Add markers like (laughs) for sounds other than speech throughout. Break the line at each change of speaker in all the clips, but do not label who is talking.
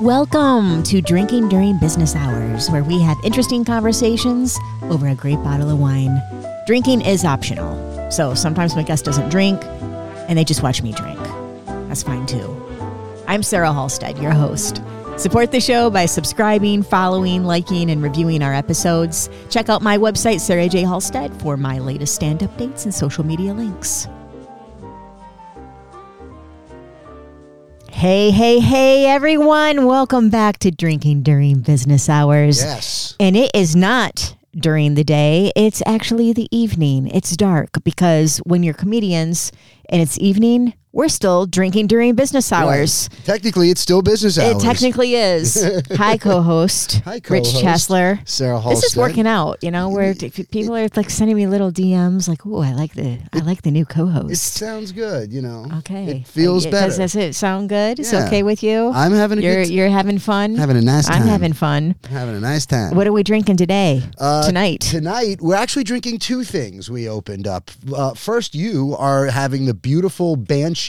Welcome to Drinking During Business Hours, where we have interesting conversations over a great bottle of wine. Drinking is optional, so sometimes my guest doesn't drink and they just watch me drink. That's fine too. I'm Sarah Halstead, your host. Support the show by subscribing, following, liking, and reviewing our episodes. Check out my website, Sarah J. Halstead, for my latest stand updates and social media links. Hey, hey, hey, everyone. Welcome back to Drinking During Business Hours.
Yes.
And it is not during the day, it's actually the evening. It's dark because when you're comedians and it's evening, we're still drinking during business hours.
Right. Technically, it's still business hours.
It technically
(laughs)
is. Hi, co-host.
Hi,
Rich
co-host.
Chesler.
Sarah
This is
Halstead.
working out, you know. Where t- people are like sending me little DMs, like, "Ooh, I like the, I like the new
It
co-host."
sounds good, you know.
Okay,
It feels
Like, it-
better.
Does, does it sound good? It's
Yeah.
okay with you?
I'm having a
you're
good t-
you're having fun.
having a nice
I'm
time.
having fun.
having a nice time.
What are we drinking today?
Uh,
Tonight.
Tonight, we're actually drinking two things we opened up. Uh, first, you are having the beautiful Banshee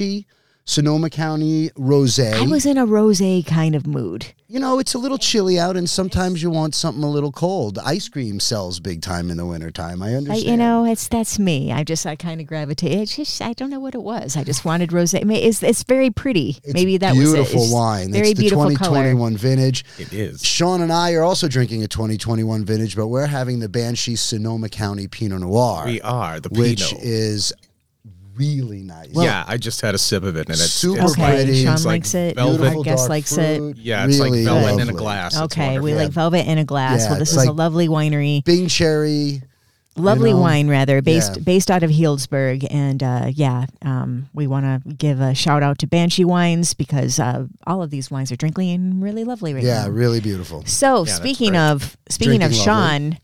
Sonoma County Rosé.
I was in a rosé kind of mood.
you know, it's a little chilly out, and sometimes you want something a little cold. Ice cream sells big time in the wintertime. I
I,
understand.
you know, it's that's me. I just I kind of gravitate. It's just I don't know what it was. I just wanted rosé. I mean, It's it's very pretty. Maybe that was it.
beautiful
It's
wine.
Very
it's the
beautiful color.
2021 vintage.
It is.
Sean and I are also drinking a 2021 vintage, but we're having the Banshee Sonoma County Pinot Noir,
We are the
which
Pinot.
is really nice.
yeah, I just had a sip of it and it's
Super
it's
Okay,
like-
pretty.
Sean
it's like
likes it.
velvet.
Our guest
dark
likes it.
fruit,
Yeah, it's
really
like velvet in a
lovely.
glass. It's
Okay, we
wonderful.
like velvet in a glass.
Yeah,
well, this
it's
is a
like-
lovely winery,
Bing cherry.
lovely
know,
wine rather, based
yeah.
based out of Healdsburg, and uh, yeah, um, we want to give a shout out to Banshee Wines because uh, all of these wines are drinking really lovely right
Yeah,
now.
really beautiful.
So
that's
speaking
great.
of speaking of
Drinking
Sean,
lovely.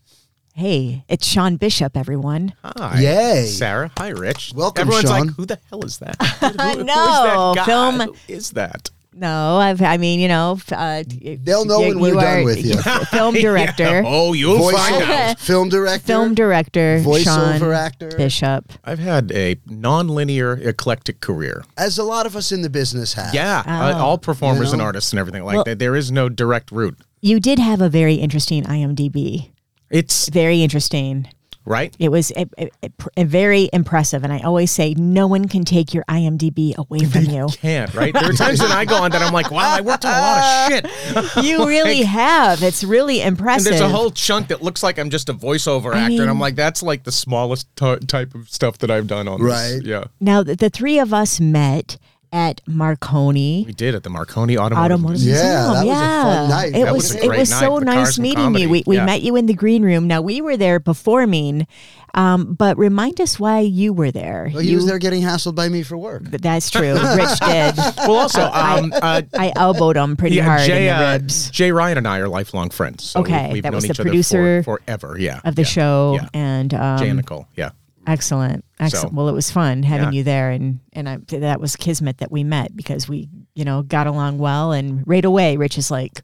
hey, it's Sean Bishop, everyone.
Hi,
Yay.
Sarah. Hi, Rich.
Welcome,
Everyone's
Sean.
like, who the hell is that?
(laughs)
Who- who- who is
No,
that guy?
film-
Who is that?
No, I've, I mean, you know, f- uh,
They'll know when we're done
(laughs)
with you.
(laughs)
Film director,
Oh, you'll find out.
Voice (laughs) film director.
film director,
Voiceover
Sean
actor.
Bishop.
I've had a nonlinear, eclectic career.
as a lot of us in the business have.
Yeah, uh,
Oh.
all
You
performers
know?
and artists and everything like
Well-
that. There is no direct route.
You did have a very interesting IMDb.
It's
Very interesting.
right.
It was a, a- a pr- a very impressive, and I always say no one can take your IMDb away from
(laughs)
you. (laughs)
Can't right. There are times that I go on that I'm like, wow, I worked on a lot of shit.
(laughs) You really have. It's really
Oh And
impressive.
there's a whole chunk that looks like I'm just a voiceover
I
actor, and
mean-
I'm like, that's like the smallest t- type of stuff that I've done on
Right.
this. Yeah,
Now, the, the three of us met at Marconi
we did at the Marconi Automotive.
Automotive
Museum.
Yeah,
Museum.
that was a
yeah,
fun night.
it was,
That was a
it
great
was
night
so
for
nice
Cars and
meeting
Comedy.
you. We, we
Yeah.
met you in the green room. Now we were there performing, um, but remind us why you were there.
Well, Oh, he
you,
was there getting hassled by me for work.
but That's true. Rich did.
Well, also, (laughs) um, uh,
(laughs) I elbowed him pretty
yeah,
hard
Jay,
in the
uh,
ribs
Jay Ryan and I are lifelong friends. So
Okay,
we've, we've
that
known
was the
each other
producer
for, forever. Yeah,
of the
yeah,
show,
yeah.
and um,
Jay and Nicole. Yeah,
Excellent. Excellent.
So-
well, it was fun having
Yeah.
you there, and and I, that was kismet that we met because we you know got along well, and right away Rich is like,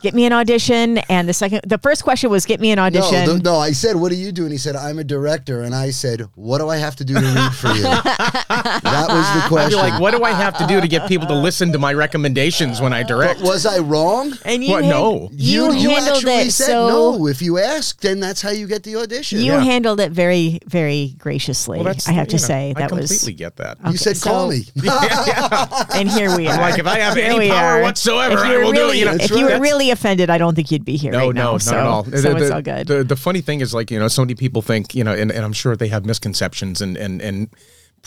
get me an audition, and the second the first question was get me an
No,
audition.
th- no, I said, what do you do? And he said, I'm a director. And I said, what do I have to do to read for you? that was the
I'd be
question.
like, what do I have to do to get people to listen to my recommendations when I direct?
was I wrong?
and you
What?
han-
No.
you, handled
actually
it
said
so
no. If you ask, then that's how you get the audition.
you
Yeah.
handled it very very graciously.
Well, that's-
I have to
you know,
say
I
that
completely get that.
You said,
so-
call me.
(laughs)
(laughs)
was, (laughs) and here we are.
I'm like, if I have
Here
any
we
power
are.
whatsoever,
If you
I
were
will do it,
really-
you know.
if
That's
you were
right.
really offended, I don't think you'd be here
No,
right
no,
now.
not
so,
at all.
So
the,
it's
the-
all good.
The, the funny thing is, like you know, so many people think you know, and, and I'm sure they have misconceptions and and and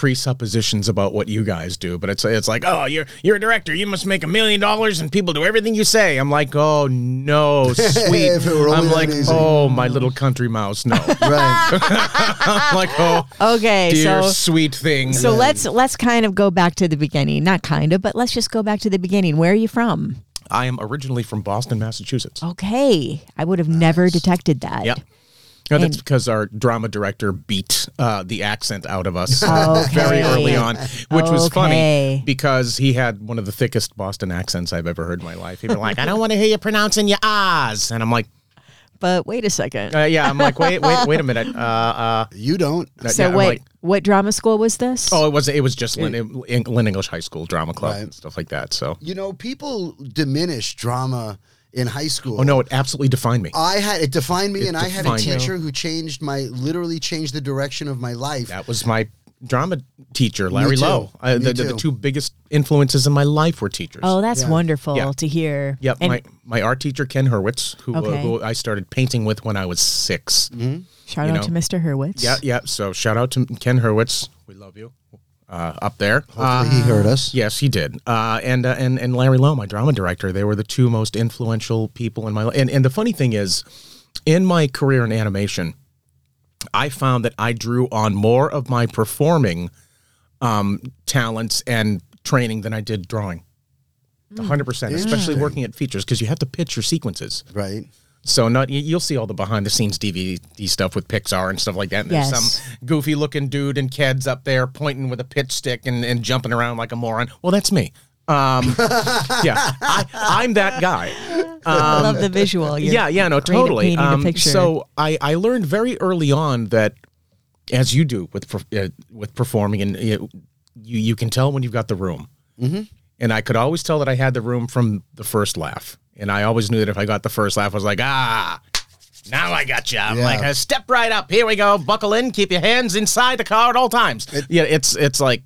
presuppositions about what you guys do. But it's it's like, oh, you're you're a director, you must make a million dollars, and people do everything you say. I'm like,
(laughs)
oh no, sweet.
If it were only
I'm
that
like,
easy.
oh, my little country mouse, no. (laughs)
right.
I'm like, oh,
okay,
dear
so
sweet thing.
So let's let's kind of go back to the beginning. Not kind of, but let's just go back to the beginning. Where are you from?
I am originally from Boston, Massachusetts.
Oh, Okay, I would have never detected that.
Yeah. No, that's
And-
because our drama director beat uh, the accent out of us
Okay.
(laughs) very early on, which was
Okay.
funny because he had one of the thickest Boston accents I've ever heard in my life. He'd be like, I don't want to hear you pronouncing your ahs. And I'm like,
but wait a second.
Uh, yeah, I'm like, wait, wait, wait a minute. Uh, uh,
You don't.
no,
so
yeah, I'm
what
like-
what drama school was this?
oh, it was it was just Lynn, in- Lynn English High School drama club
Right.
and stuff like that. So,
You know, people diminish drama in high school.
oh no, it absolutely defined me.
I had it defined me,
It
and I had a
defined you.
teacher who changed my literally changed the direction of my life.
That was my drama teacher, Larry
too.
Lowe. Uh,
Me
the, the, the
too.
two biggest influences in my life were teachers.
Oh, that's
Yeah.
wonderful
Yeah.
to hear.
Yep,
And
my, my art teacher Ken Hurwitz, who, uh,
Okay.
who I started painting with when I was 6
Mm-hmm.
shout
you
out
know.
to Mr. Hurwitz.
Yeah, yeah. So shout out to Ken Hurwitz, we love you, uh, up there. Uh,
he heard us.
yes, he did. Uh, and uh, and and Larry Lowe, my drama director, they were the two most influential people in my life. And and the funny thing is, in my career in animation, I found that I drew on more of my performing um, talents and training than I did drawing. 100%, especially working at features because you have to pitch your sequences.
Right.
So not you- you'll see all the behind the scenes DVD stuff with Pixar and stuff like that. And There's
Yes.
some goofy looking dude and kids up there pointing with a pitch stick and, and jumping around like a moron. Well, that's me. Um, (laughs) yeah, I, I'm that guy.
I love the visual. You're
Um, yeah, yeah, no,
great at
totally.
painting a
Um,
picture.
so I, I learned very early on that, as you do with per- uh, with performing, and you, you you can tell when you've got the room. And I could always tell that I had the room from the first laugh. And I always knew that if I got the first laugh, I was like, ah, now I got you. I'm
Yeah.
like, step right up. Here we go. Buckle in. Keep your hands inside the car at all times. yeah, it's it's like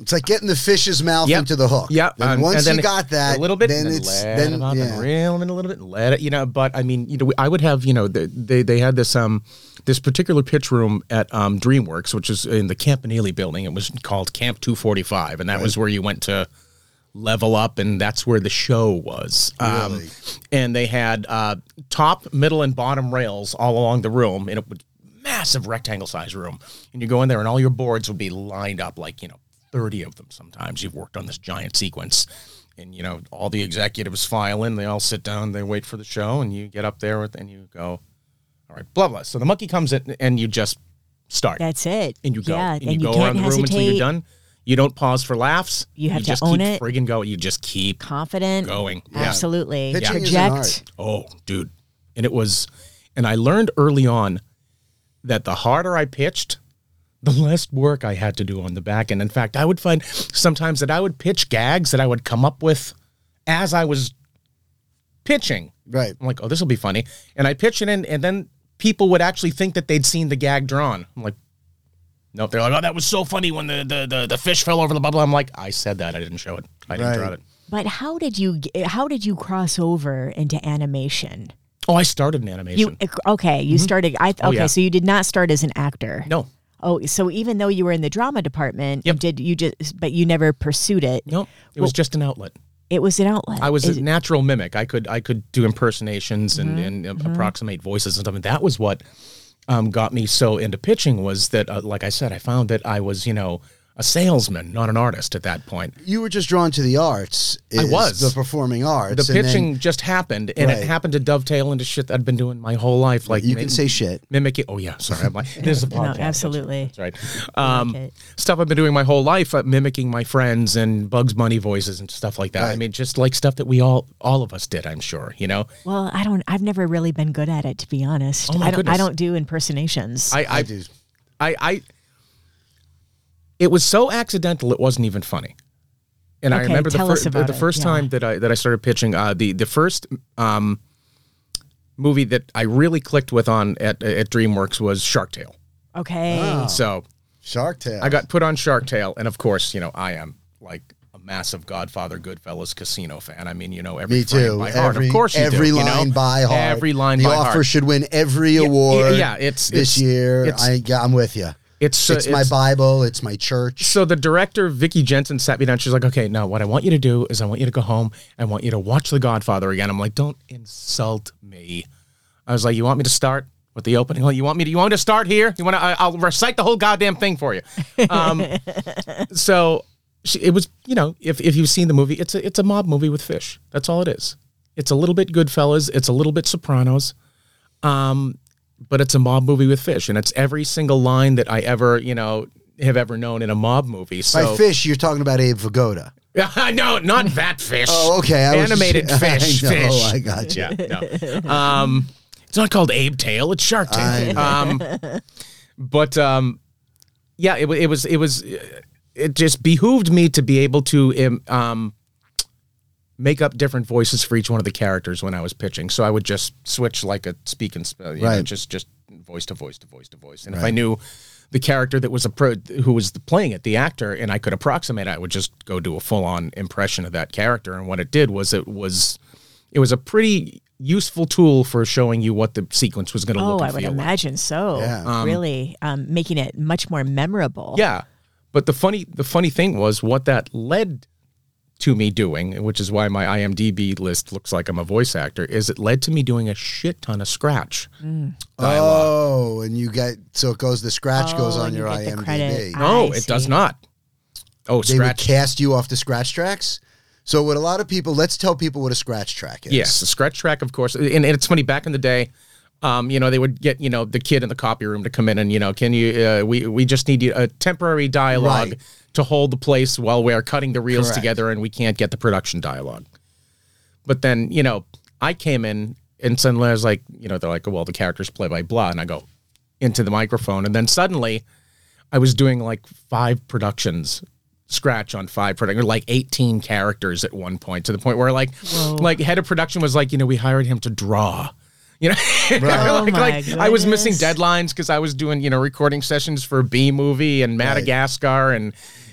It's like getting the fish's mouth
Yep.
into the hook.
yeah.
And
um,
once
and then
you got that,
a little bit,
then
and
it's
let
then
it up
yeah.
and reel it a little bit, and let it, you know. But I mean, you know, I would have, you know, the, they they had this um this particular pitch room at um, DreamWorks, which is in the Campanile building. It was called Camp Two Forty Five, and that was where you went to level up, and that's where the show was. Um,
Really?
and they had uh, top, middle, and bottom rails all along the room, and it was massive rectangle sized room. And you go in there, and all your boards would be lined up like you know thirty of them. Sometimes you've worked on this giant sequence, and you know all the executives file in, they all sit down, they wait for the show, and you get up there with, and you go, all right, blah blah. So the monkey comes in, and you just start
that's it.
and you go
Yeah,
and,
and
you, go
can't
around the room
hesitate.
until you're done. You don't pause for laughs.
You have to
just
own
keep
it.
Friggin' go. You just keep.
Confident,
Going. Yeah.
Absolutely.
Pitching is an
Project.
Oh, dude, and it was, and I learned early on that the harder I pitched, the less work I had to do on the back end. In fact, I would find sometimes that I would pitch gags that I would come up with as I was pitching.
Right.
I'm like, oh, this will be funny, and I pitch it in, and then people would actually think that they'd seen the gag drawn. I'm like. Nope, they're like, oh, that was so funny when the, the, the, the fish fell over the bubble. I'm like, I said that. I didn't show it. I didn't
Right.
draw it.
But how did you g- how did you cross over into animation?
Oh, I started in animation. Mm-hmm. Oh,
You okay? You started. I okay.
yeah.
So you did not start as an actor.
no,
Oh, so even though you were in the drama department, you
Yep.
did you just but you never pursued it?
No, it was just an outlet.
It was an outlet.
I was
Is- Mm-hmm.
a natural mimic. I could I could do impersonations and, and uh, approximate voices and stuff. And that was what um, got me so into pitching was that, uh, like I said, I found that I was you know a salesman, not an artist at that point.
You were just drawn to the arts.
I
is
was.
the performing arts.
the
and then
pitching just happened, and
Right.
it happened to dovetail into shit that I'd been doing my whole life. Like
You
mi-
can say shit.
mimic it. Oh yeah, sorry.
(laughs)
I'm like, this is a
no,
podcast.
absolutely.
That's right. Um,
it.
stuff I've been doing my whole life, uh, mimicking my friends and Bugs Bunny voices and stuff like that. I
Right.
mean, just like stuff that we all all of us did. I'm sure. You know.
Well, I don't. I've never really been good at it, to be honest.
Oh, my
I don't. I
goodness.
don't do impersonations.
I, I,
I do.
I, I, it was so accidental. It wasn't even funny. And I
Okay,
remember the,
tell
fir-
us about
the
it,
first
yeah.
time that I that I started pitching. Uh, the the first um, movie that I really clicked with on at at DreamWorks was Shark Tale. Ah,
okay.
So
Shark Tale.
I got put on Shark Tale, and of course, you know, I am like a massive Godfather, Goodfellas, Casino fan. I mean, you know, every
me
frame
too.
by heart.
Every,
of course, you
every
do, you know?
line by heart.
Every line
The
by
offer
heart.
should win every award.
yeah, it's-
this
it's-
year.
it's-
I, yeah, I'm with you.
It's, uh,
it's my Bible. It's my church.
So the director Vicky Jensen sat me down. She's like, "Okay, now what I want you to do is I want you to go home. I want you to watch The Godfather again." I'm like, "Don't insult me." I was like, "You want me to start with the opening? Like, You want me to? You want me to start here? You want to? I, I'll recite the whole goddamn thing for you." Um, so she, it was, you know, if if you've seen the movie, it's a it's a mob movie with fish. That's all it is. It's a little bit Goodfellas. It's a little bit Sopranos Um, but it's a mob movie with fish, and it's every single line that I ever, you know, have ever known in a mob movie. So
By fish, you're talking about Abe Vigoda.
(laughs) no, not that fish.
Oh, okay. (laughs) I was just-
animated
I
fish.
know,
fish.
I got you.
yeah. No. Um, It's not called Abe Tail. It's Shark Tail. Um, but um, yeah, it, wa- it was it was it just behooved me to be able to um, um, make up different voices for each one of the characters when I was pitching. So I would just switch like a speak and spell, you know,
Right.
just just voice to voice to voice to voice. And if I knew the character that was a pro, who was the, playing it, the actor, and I could approximate, it, I would just go do a full on impression of that character. And what it did was it was it was a pretty useful tool for showing you what the sequence was going to
Oh,
look
I
and
would
feel like.
imagine so.
Yeah.
really um, making it much more memorable.
Yeah. But the funny the funny thing was what that led to me doing, which is why my IMDb list looks like I'm a voice actor, is it led to me doing a shit ton of scratch.
Oh, and you get so it goes the scratch goes
Oh,
on
and you
your
get the
IMDb.
credit.
No,
I
it does
see.
not. Oh,
They would
scratch.
cast you off the scratch tracks. So what a lot of people let's tell people what a scratch track is.
Yes, the scratch track, of course. And, and it's funny. Back in the day, um, you know, they would get you know the kid in the copy room to come in and you know, can you? Uh, we we just need you- a temporary dialogue
Right.
to hold the place while we are cutting the reels
Correct.
together, and we can't get the production dialogue. But then you know, I came in and suddenly I was like, you know, they're like, well, the characters play by blah, and I go into the microphone, and then suddenly. I was doing like five productions, scratch on five production, like eighteen characters at one point, to the point where like, like head of production was like, you know, we hired him to draw. You know, (laughs)
Oh
like,
my
like I was missing
goodness.
deadlines because I was doing you know recording sessions for B movie and Madagascar and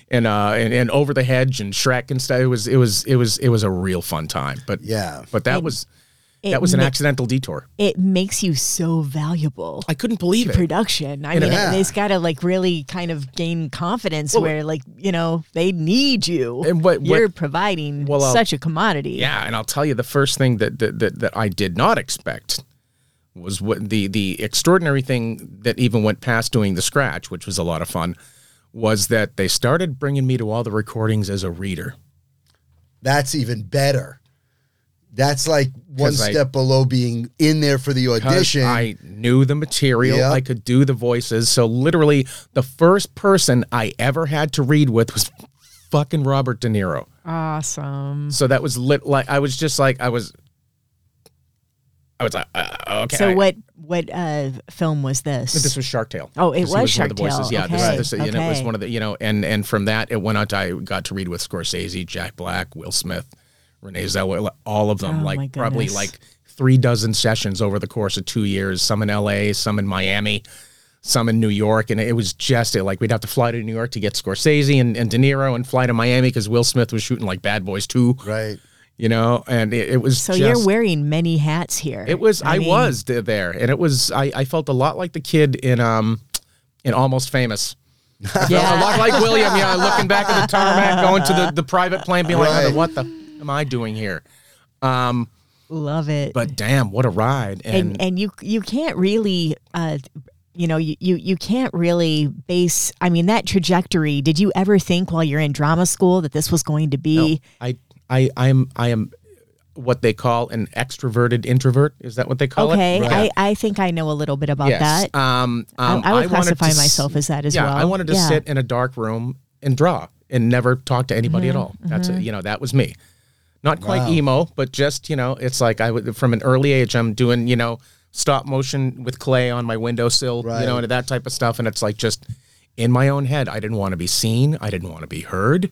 and uh and, and Over the Hedge and Shrek and stuff. It was it was it was it was a real fun time. But
Yeah.
but that was
it
that was an
ma-
accidental detour.
It makes you so valuable.
I couldn't believe it.
production. I mean,
Yeah.
it's got to like really kind of gain confidence where like you know they need you.
And what- what-
you're providing
Well, I'll-
such a commodity.
Yeah, and I'll tell you the first thing that that that, that I did not expect was what the the extraordinary thing that even went past doing the scratch, which was a lot of fun, was that they started bringing me to all the recordings as a reader.
That's even better. That's like one
'Cause I-
step below being in there for the
'Cause
audition.
I knew the material,
Yep.
I could do the voices. So literally, the first person I ever had to read with was fucking Robert De Niro.
Awesome.
So that was lit. Like I was just like I was. I was like, uh, okay.
So
I-
what what uh, film was this?
This was Shark Tale.
Oh, it
'Cause
was
he one of the
Shark
voices.
Tale.
Yeah, this-
Okay,
this- and it was
okay.
one of the you know, and and from that it went on. To, I got to read with Scorsese, Jack Black, Will Smith, Renee Zellweger, all of
Oh,
them.
my
like probably
goodness.
like three dozen sessions over the course of two years. Some in L.A., some in Miami, some in New York, and it was just it. Like we'd have to fly to New York to get Scorsese and, and De Niro, and fly to Miami because Will Smith was shooting like Bad Boys Two,
right. (laughs)
you know, and it, it was
so
just,
you're wearing many hats here.
it was. I,
mean,
was th- there, and it was. I, I felt a lot like the kid in um, in
(laughs)
Almost Famous. A
Yeah.
lot like William, you know, looking back at the tarmac, going to the, the private plane, being like,
Right.
"What the f- am I doing here?"
Love it.
But damn, what a ride! And,
and and you you can't really uh you know you, you you can't really base i mean that trajectory did you ever think while you're in drama school that this was going to be
I I I'm I am what they call an extroverted introvert. Is that what they call
okay
it?
I, I think i know a little bit about
yes.
that
Um, um,
I, I would
wanted to
classify
s-
myself as that as
yeah,
well
I wanted to
Yeah.
sit in a dark room and draw and never talk to anybody
Mm-hmm.
at all. That's it. You know, that was me. Not quite emo, but just you know, it's like I would from an early age. I'm doing you know stop motion with clay on my windowsill, you know,
Right.
and that type of stuff. And it's like just in my own head. I didn't want to be seen. I didn't want to be heard.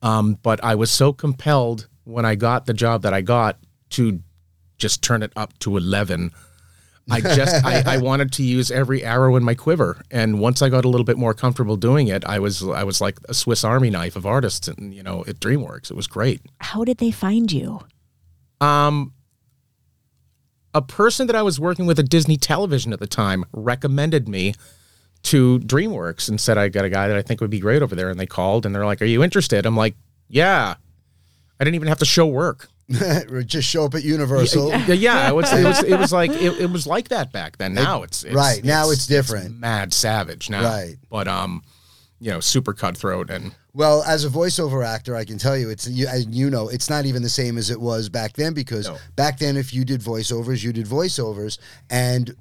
Um, but I was so compelled when I got the job that I got to just turn it up to eleven. I just I, I wanted to use every arrow in my quiver, and once I got a little bit more comfortable doing it, I was I was like a Swiss Army knife of artists, and you know at DreamWorks, it was great.
how did they find you
A person that I was working with at Disney Television at the time recommended me to DreamWorks and said I got a guy that I think would be great over there, and they called and they're like, "Are you interested?" I'm like, "Yeah." I didn't even have to show work.
Just show up at Universal.
Yeah, yeah, it was it was, it was like it, it was like that back then. Now it's, it's
right, now it's different.
mad savage now,
Right.
But um, you know, super cutthroat and
Well, as a voiceover actor, I can tell you it's you, and you know it's not even the same as it was back then because
No.
back then if you did voiceovers, you did voiceovers, and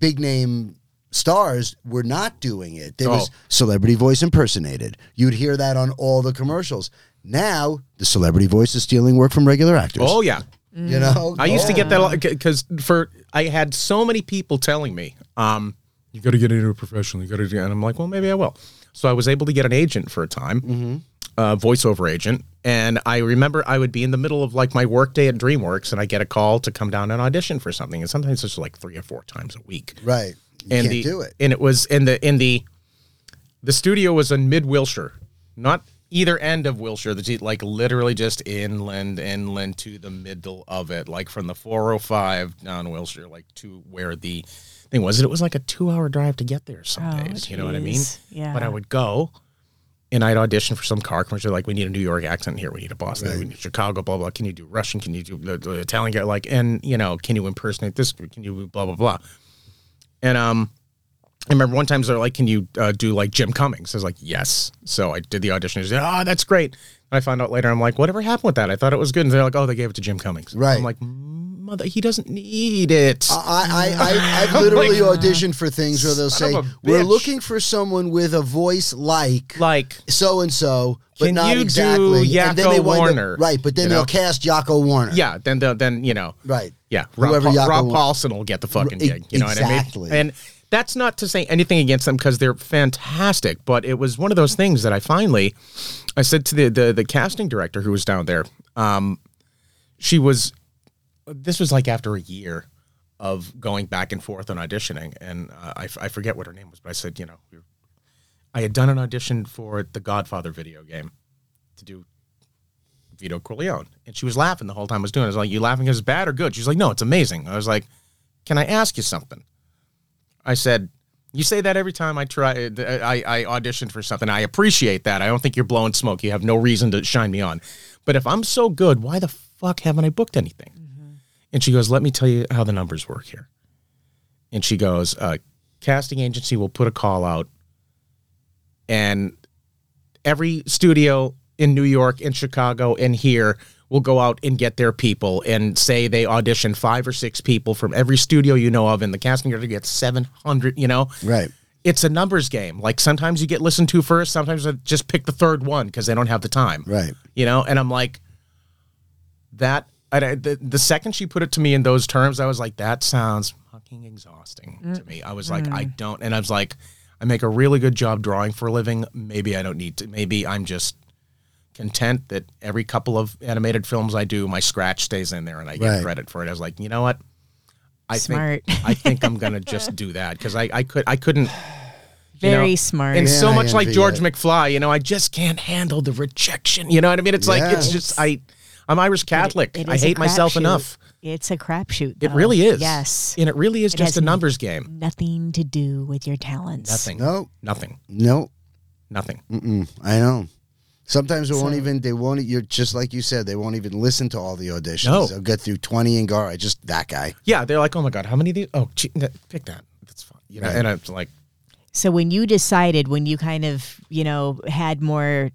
big name stars were not doing it. There was
Oh.
celebrity voice impersonated. You'd hear that on all the commercials. Now the celebrity voice is stealing work from regular actors.
oh yeah,
you know,
I used to get that because for I had so many people telling me, um, you got to get into a professional. You got to do, and I'm like, well, maybe I will. So I was able to get an agent for a time, a voiceover agent, and I remember I would be in the middle of like my work day at DreamWorks, and I get a call to come down and audition for something, and sometimes it's like three or four times a week.
Right. You can't
and the,
do it.
And it was in the in the the studio was in mid Wilshire, not either end of Wilshire. The like literally just inland, inland to the middle of it, like from the 405 down Wilshire, like to where the thing was. It was like a two hour drive to get there. Some
Oh,
days, you know what I mean?
geez. Yeah.
But I would go. And I'd audition for some car commercial, like we need a New York accent here, we need a Boston, we need Chicago, blah blah. Can you do Russian? Can you do the, the Italian? guy? Like, and you know, can you impersonate this? Can you blah blah blah? And um, I remember one time they're like, "Can you uh, do like Jim Cummings?" I was like, "Yes." So I did the audition. They said, "Oh, that's great." And I found out later, I'm like, "Whatever happened with that? I thought it was good." And they're like, "Oh, they gave it to Jim Cummings."
Right. Uh,
I'm like, "Mother, he doesn't need it." (laughs)
I, I, I, I've literally
Like,
auditioned for things where they'll
Oh son
say,
of a
we're
bitch."
looking for someone with a voice like
like,
so and so, but
Can
not
you do
exactly. and then
Yakko
they wind up-
Warner,
right, but then
you
they'll
know?
cast Yako Warner.
yeah. Then, they'll- then you know,
Right.
Yeah, Rob,
Whoever
Paul-
Yako
Rob
wants.
Paulson will get the fucking
e-
gig. You know
exactly.
what I mean? And that's not to say anything against them because they're fantastic, but it was one of those things that I finally, I said to the the, the casting director who was down there, um, she was, this was like after a year of going back and forth and auditioning, and uh, I, f- I forget what her name was, but I said, you know, you're- I had done an audition for the Godfather video game to do Vito Corleone. And she was laughing the whole time I was doing it. I was like, You laughing because it's bad or good? She's like, No, it's amazing. I was like, Can I ask you something? I said, You say that every time I try, uh, I, I auditioned for something. I appreciate that. I don't think you're blowing smoke. You have no reason to shine me on. But if I'm so good, why the fuck haven't I booked anything? And she goes, Let me tell you how the numbers work here. And she goes, uh, Casting agency will put a call out and every studio in New York, in Chicago, and here will go out and get their people and say they audition five or six people from every studio you know of, and the casting director gets 700, you know?
Right.
It's a numbers game. Like sometimes you get listened to first, sometimes they just pick the third one because they don't have the time.
Right.
You know? And I'm like, that. and I, the, the second she put it to me in those terms, I was like, that sounds fucking exhausting to me. I was like, I don't. And I was like, I make a really good job drawing for a living. Maybe I don't need to. Maybe I'm just content that every couple of animated films I do, my scratch stays in there and I get
Right.
credit for it. I was like, you know what? I
Smart.
think I think I'm gonna just do that because I, I could I couldn't you know?
(laughs) Very smart.
And so
I
much like
envy
George
it.
McFly, you know, I just can't handle the rejection. You know what I mean? It's like it's
Yeah.
just I I'm Irish Catholic.
It
I
is a
hate myself
crapshoot.
enough.
It's a crapshoot.
It
though.
really is.
Yes.
And it really is just
has
a numbers game.
Nothing to do with your talents.
Nothing.
No, Mm.
Nothing.
no.
Nothing.
Mm-mm, I know. Sometimes they won't
So-
even. They won't. e, You're just like you said. They won't even listen to all the auditions.
No.
They'll get through twenty and go. "All right, just that guy.
Yeah, they're like, oh my god, how many of these? Oh, gee, that- pick that. That's fine. You know, and I'm like,
So when you decided, when you kind of, you know, had more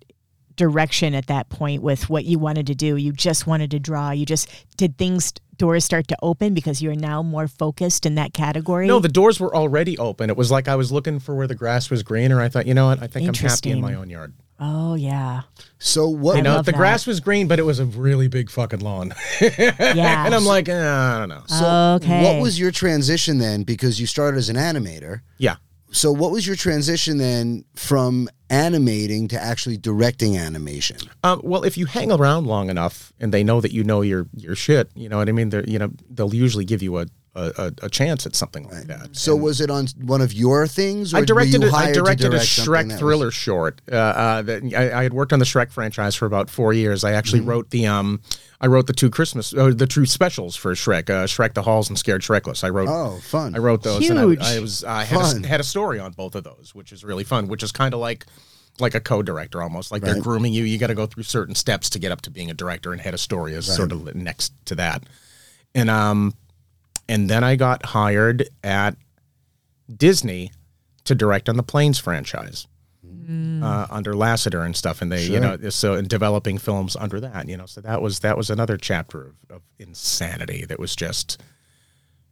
direction at that point with what you wanted to do, you just wanted to draw. You just did things. Doors start to open because you're now more focused in that category.
no, the doors were already open. It was like I was looking for where the grass was greener. I thought, you know what? I think I'm happy in
Interesting.
my own yard.
oh
(laughs)
yeah,
So what?
You know,
love
the
that.
grass was green, but it was a really big fucking lawn. (laughs)
yeah.
and I'm like, eh, I don't know.
Uh,
so
okay.
What was your transition then? Because you started as an animator.
yeah.
So what was your transition then from animating to actually directing animation?
Um, well, if you hang around long enough and they know that you know your your shit, you know what I mean. They're, you know, they'll usually give you a a, a- a chance at something like that.
So was it on one of your things? Or
I
were
directed
you
a, I
hired to
directed a
direct something
Shrek
that
thriller
was-
short. Uh, uh, that I, I had worked on the Shrek franchise for about four years. I actually
Mm-hmm.
wrote the um, I wrote the two Christmas uh, the two specials for Shrek, uh, Shrek the Halls and Scared Shrekless. I wrote
Oh, fun.
I wrote those.
Huge.
And I, I was I had
Fun.
a, had a story on both of those, which is really fun. Which is kind of like like a co-director almost. Like they're grooming you. You got to go through certain steps to get up to being a director, and head of story is sort of next to that. And um, and then I got hired at Disney to direct on the Planes franchise uh, under Lasseter and stuff, and they you know so and developing films under that, you know. So that was that was another chapter of, of insanity that was just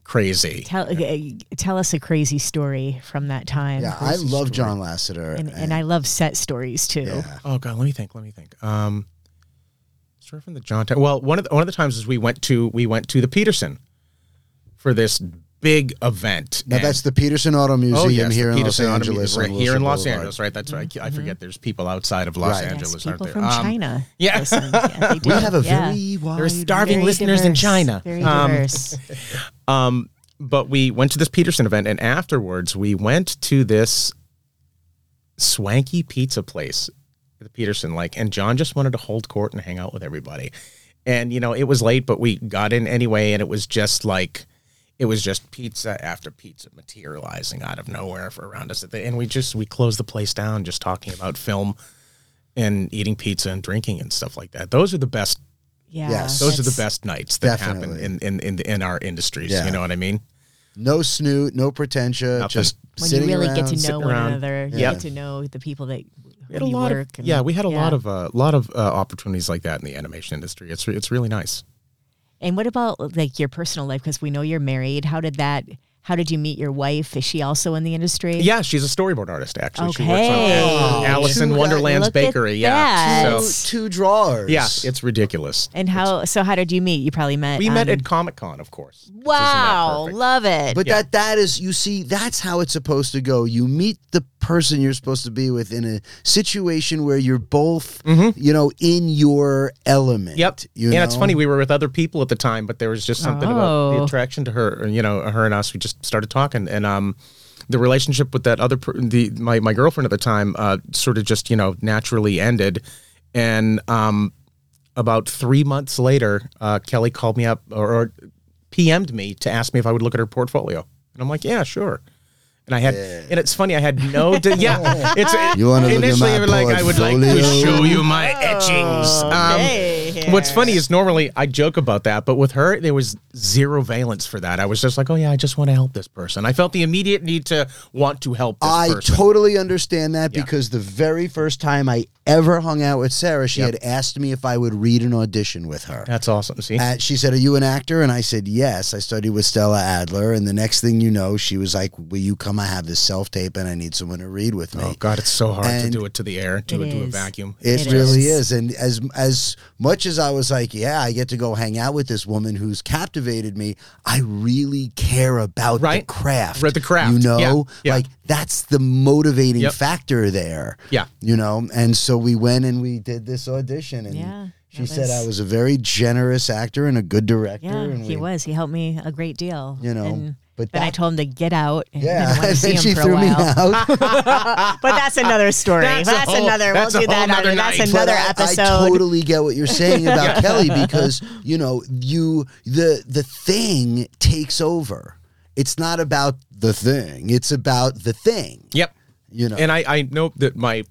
crazy.
tell uh, tell us a crazy story from that time.
Yeah, I love John Lasseter.
and, and I love set stories too.
Oh god, let me think. Let me think. Um, surfing the John. Well, one of the, one of the times is we went to we went to the Peterson for this big event.
Now
And-
that's the Peterson Auto Museum
Oh yes,
here
the
in
Peterson
Los
Auto
Angeles.
Museum,
on
right here
Wilson
in Los
Boulevard.
Angeles, right? That's right. I forget there's people outside of Los
Right. Yes,
Angeles,
Mm-hmm. yes,
aren't
people
there?
from
Um,
China.
(laughs) yeah.
listen. Yeah, they
We
do.
have a
Yeah.
very wide.
There are starving
Very
listeners in
diverse,
China.
Very
(laughs)
Um,
diverse.
Um, but we went to this Peterson event, and afterwards we went to this swanky pizza place, the Peterson like, and John just wanted to hold court and hang out with everybody. And you know, it was late, but we got in anyway, and it was just like it was just pizza after pizza materializing out of nowhere for around us. And we just we closed the place down, just talking about film and eating pizza and drinking and stuff like that. Those are the best
yeah.
yes.
those are the
that's-
best nights that
Definitely.
happen in, in, in, in our industries.
Yeah.
You know what I mean?
No snoot, no pretentia,
Nothing.
just
When you
sitting
really
around,
get to know
sitting
one
around.
another, you
Yeah.
get to know the people that
We had a
you
lot of,
work. and-
yeah, we had a lot
yeah.
of a uh, lot of uh, opportunities like that in the animation industry. It's re- it's really nice.
And what about like your personal life? Because we know you're married. How did that? How did you meet your wife? Is she also in the industry?
Yeah, she's a storyboard artist actually. She works
Okay.
on Alice in
Look at-
Wonderland's
look at
Bakery. Yeah,
that.
Two,
so
two drawers.
yeah, it's ridiculous.
And how? So how did you meet? You probably met.
We met
on-
at Comic Con, of course. Isn't that
Wow,
perfect?
love it.
But that that is you see that's how it's supposed to go. You meet the person you're supposed to be with in a situation where you're both you know in your element.
Mm-hmm. Yep.
You
and
know?
it's funny we were with other people at the time, but there was just something about
Oh.
the attraction to her. and, You know, her and us. We just started talking, and um, the relationship with that other per- the my my girlfriend at the time uh, sort of just you know naturally ended, and um, about three months later, uh, Kelly called me up or, or PM'd me to ask me if I would look at her portfolio, and I'm like, yeah, sure. And I had, and it's funny, I had no, de- yeah, it's
You wanna look at
initially
my
like I would like to
portfolio?
show you my etchings. Um,
Hey.
What's funny is normally I joke about that, but with her, there was zero valence for that. I was just like, oh, yeah, I just want to help this person. I felt the immediate need to want to help this
I
person.
totally understand that because the very first time I ever hung out with Sarah, she had asked me if I would read an audition with her.
That's awesome. See?
And she said, Are you an actor? And I said, Yes. I studied with Stella Adler. And the next thing you know, she was like, Will you come? I have this self tape and I need someone to read with me.
oh, God, it's so hard to
And-
do it to the air, do
It
it, to a
is.
vacuum.
It,
It
really
is.
is. And as as much as I was like, yeah, I get to go hang out with this woman who's captivated me, I really care about
Right.
the craft.
Right, the craft.
You know?
Yeah, yeah.
Like that's the motivating
Yep.
factor there.
Yeah.
You know? And so we went and we did this audition and
Yeah,
she
that
said
was-
I was a very generous actor and a good director.
Yeah,
and
he
we-
was. He helped me a great deal.
You know,
and
but
then I
that-
told him to get out. And I
Yeah.
didn't want to
(laughs)
(laughs)
And
see
then
him
she
for
threw
a
me
while.
out.
But that's another story.
That's
That's,
a whole-
another.
that's a
we'll do that.
whole
on-
nother
that's
night.
another
But I-
episode.
I totally get what you're
(laughs)
saying about Kelly because you know you the the thing takes over. It's not about the thing. It's about the thing.
Yep.
You know.
And I, I know that my,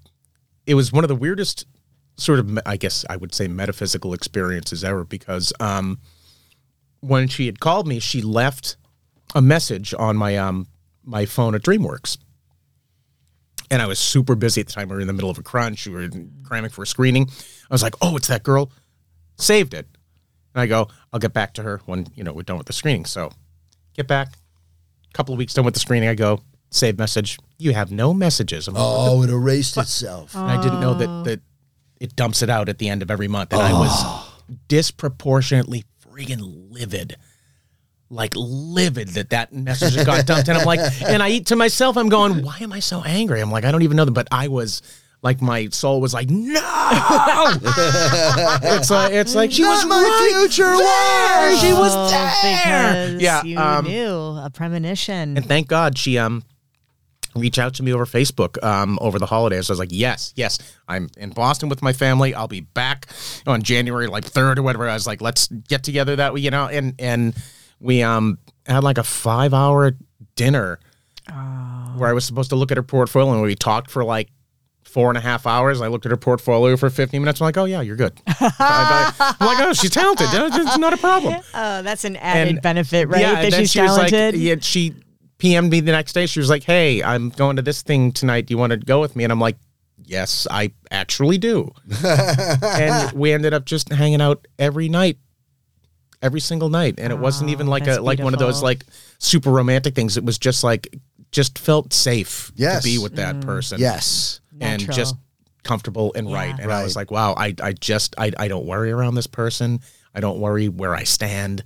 it was one of the weirdest sort of, I guess I would say metaphysical experiences ever because um, when she had called me, she left a message on my, um, my phone at DreamWorks. and I was super busy at the time. We were in the middle of a crunch. We were cramming for a screening. I was like, "Oh, it's that girl." Saved it, and I go, "I'll get back to her when you know we're done with the screening." So, get back. A couple of weeks done with the screening, I go, "Save message." You have no messages. I'm like,
oh, it erased itself.
and I didn't know that that it dumps it out at the end of every month, and I
Oh.
was disproportionately friggin' livid, like livid that that message had got dumped. And I'm like, and I eat to myself, I'm going, why am I so angry? I'm like, I don't even know them, but I was. Like my soul was like, no!
(laughs)
it's like it's like she was
Not my
right
future
there!
wife!
She was
Oh,
there.
because
yeah,
you
um,
knew a premonition.
and thank God she um reached out to me over Facebook um over the holidays. I was like, yes, yes, I'm in Boston with my family. I'll be back on January like third or whatever. I was like, let's get together that way, you know, and and we um had like a five hour dinner where I was supposed to look at her portfolio and we talked for like four and a half hours. I looked at her portfolio for 15 minutes. I'm like, oh yeah, you're good. (laughs) I'm like, oh, she's talented. It's not a problem
oh, that's an added
and-
benefit, right?
and
that
then
she's
she was like-
talented.
yeah, she PM'd me the next day. She was like, "Hey, I'm going to this thing tonight. Do you want to go with me?" And I'm like, "Yes, I actually do."
Oh. (laughs)
(laughs)
and we ended up just hanging out every night, every single night, and it wasn't even like a
that's
like one of those
beautiful.
like super romantic things. It was just like just felt safe
Yes.
to be with
Mm.
that person.
Yes.
and
Natural.
just comfortable and right. And I was
Right.
like, wow, I, I just I, I don't worry around this person. I don't worry where I stand.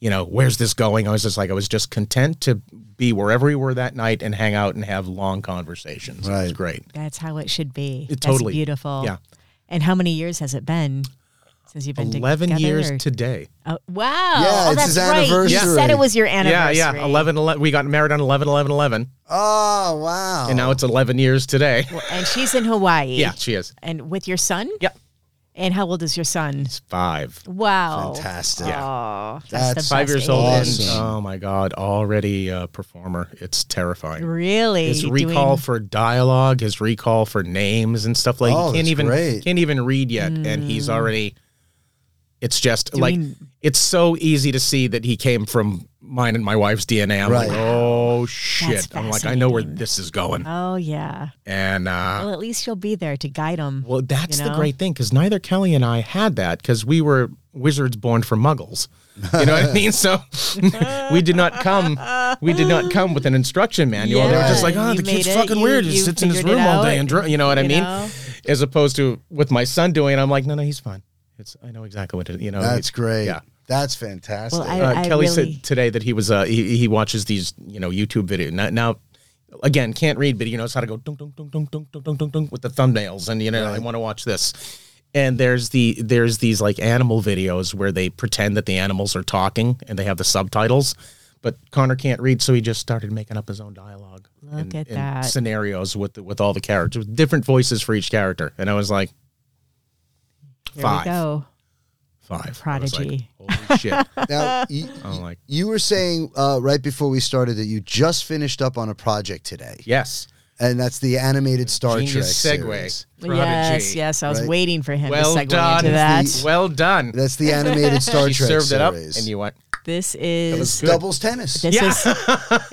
you know, where's this going? I was just like, I was just content to be wherever we were that night and hang out and have long conversations. It was
Right.
great.
That's how it should be.
It
That's
totally-
beautiful.
yeah.
And how many years has it been since you've been to-
11
together?
years
or-
today.
Oh, wow.
Yeah,
oh,
it's
that's
his
right. You
anniversary.
said it was your
Yeah,
anniversary.
yeah. 11, 11 we got married on 11 11 11
Oh wow!
and now it's 11 years today.
And she's in Hawaii.
yeah, she is.
And with your son?
Yeah.
And how old is your son?
It's 5.
Wow.
fantastic.
Oh, that's, the
That's
best
five years old.
age.
Awesome.
And, oh my God, already a performer. It's terrifying.
Really?
His
doing-
recall for dialogue, his recall for names and stuff like
Oh,
he can't
that's
even
great.
can't even read yet, and he's already. It's just like
Doing-
it's so easy to see that he came from mine and my wife's DNA. I'm like,
Right.
oh shit! I'm like, I know where this is going,
oh, yeah.
and uh,
Ah.
Well, at least you'll be there to guide him.
well, that's
You
the
know?
great thing because neither Kelly and I had that because we were wizards born from muggles. You know what I mean? So (laughs) we did not come. We did not come with an instruction manual. They were just
Yeah,
like, "Oh,
you
the kid's
made it.
fucking
You-
weird. He
you
sits in his
figured it
room all day
out.
and dr-, you know what I
You
mean."
know?
As opposed to with my son doing, it, I'm like, "No, no, he's fine. It's I know exactly what it. You know,
That's
it-
great.
Yeah.
That's fantastic.
Well, I-
Uh, Kelly
really-
said today that he was uh, he, he watches these you know YouTube videos now, now. Again, can't read, but he knows how to go dunk dunk dunk dunk dunk dunk dunk dunk dunk with the thumbnails, and you know I want to watch this. And there's the there's these like animal videos where they pretend that the animals are talking and they have the subtitles, but Connor can't read, so he just started making up his own dialogue
Look
and,
at
and
that.
scenarios with with all the characters, with different voices for each character, and I was like,
There
five,
we go.
five, I was
Prodigy.
Like,
(laughs)
Holy shit!
now you,
I'm like,
you were saying uh, right before we started that you just finished up on a project today,
yes.
and that's the animated Star
Genius
Trek
segue.
series.
Prodigy.
Yes, yes. I was
Right.
waiting for him
Well
to segue
done.
into that.
It's
Well done.
That's the animated Star
(laughs) you
Trek
served it up,
series.
and you went.
this
It
is (laughs)
was doubles tennis.
this
(laughs)
is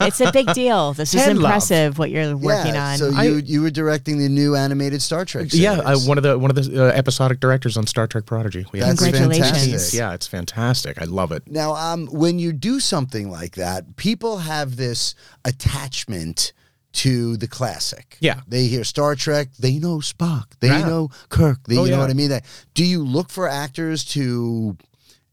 it's a big deal. This is
Ten love.
impressive what you're working
yeah,
on.
So
I-
you you were directing the new animated Star Trek series.
Yeah, uh, one of the one of the uh, episodic directors on Star Trek Prodigy. We
That's
Congratulations.
fantastic.
yeah, it's fantastic. I love it.
Now, um, when you do something like that, people have this attachment to the classic.
Yeah.
They hear Star Trek, they know Spock, they
Yeah.
know Kirk, they,
Oh,
you know
yeah.
what I mean? That, do you look for actors to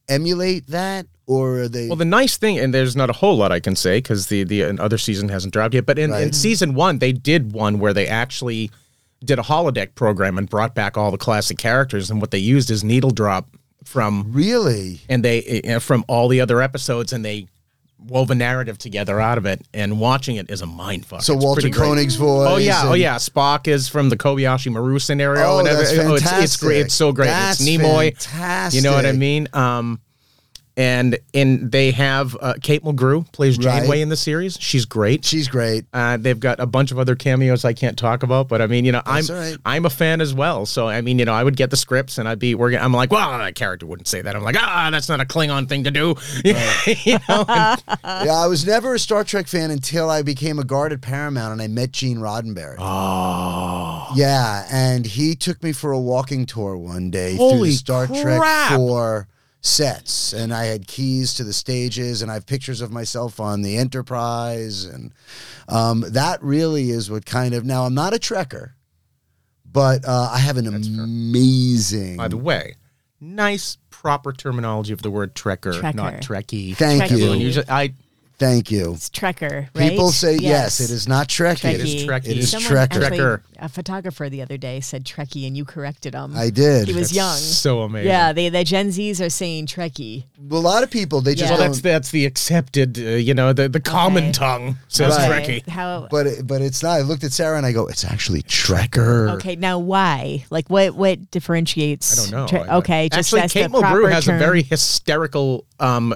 emulate that? Or are they.
Well, the nice thing, and there's not a whole lot I can say because the the uh, other season hasn't dropped yet. But in, in
Right.
season one, they did one where they actually did a holodeck program and brought back all the classic characters, and what they used is needle drop from
really?
and they uh, from all the other episodes, and they wove a narrative together out of it. And watching it is a mind fuck.
So
It's
Walter
pretty great.
Koenig's voice.
Oh yeah,
and-
oh yeah. Spock is from the Kobayashi Maru scenario.
Oh,
and
that's
every- oh, it's, it's
fantastic.
great. It's so great.
That's
it's Nimoy. You know what I
fantastic.
mean? Um, and and they have uh, Kate Mulgrew plays
Right.
Janeway in the series. She's great.
She's great.
Uh, they've got a bunch of other cameos I can't talk about, but I mean, you know, I'm
That's all right.
I'm a fan as well. So I mean, you know, I would get the scripts and I'd be working. I'm like, well, that character wouldn't say that. I'm like, ah, that's not a Klingon thing to do. (laughs) you know, and-
Yeah, I was never a Star Trek fan until I became a guard at Paramount and I met Gene Roddenberry.
oh,
Yeah, and he took me for a walking tour one day through
Holy
the Star
crap.
Trek Four sets, and I had keys to the stages, and I have pictures of myself on the Enterprise, and um, that really is what kind of. Now I'm not a trekker, but uh, I have an amazing.
by the way, nice proper terminology of the word trekker, not
Trekker.
trekkie.
Thank
Trekkie.
you,
Everyone usually, I
thank you.
it's Trekker, right?
People say yes. it is not trekkie.
It is
Trekkie.
Trekkie.
It is
Someone
Trekker.
actually-
Trekker.
A photographer the other day said Trekkie, and you corrected him.
I did.
he was young.
so amazing.
Yeah, they, the Gen Zs are saying Trekkie.
a lot of people they just
Yeah.
Well,
don't.
that's that's the accepted, uh, you know, the, the common
Okay.
tongue says
Right.
trekkie.
How?
but it, but it's not. I looked at Sarah and I go, it's actually trekker.
Okay, now why? Like, what what differentiates?
I don't know.
Tre-
I-
okay, just
actually,
that's
Kate
the proper
Mulgrew has
term.
a very hysterical um,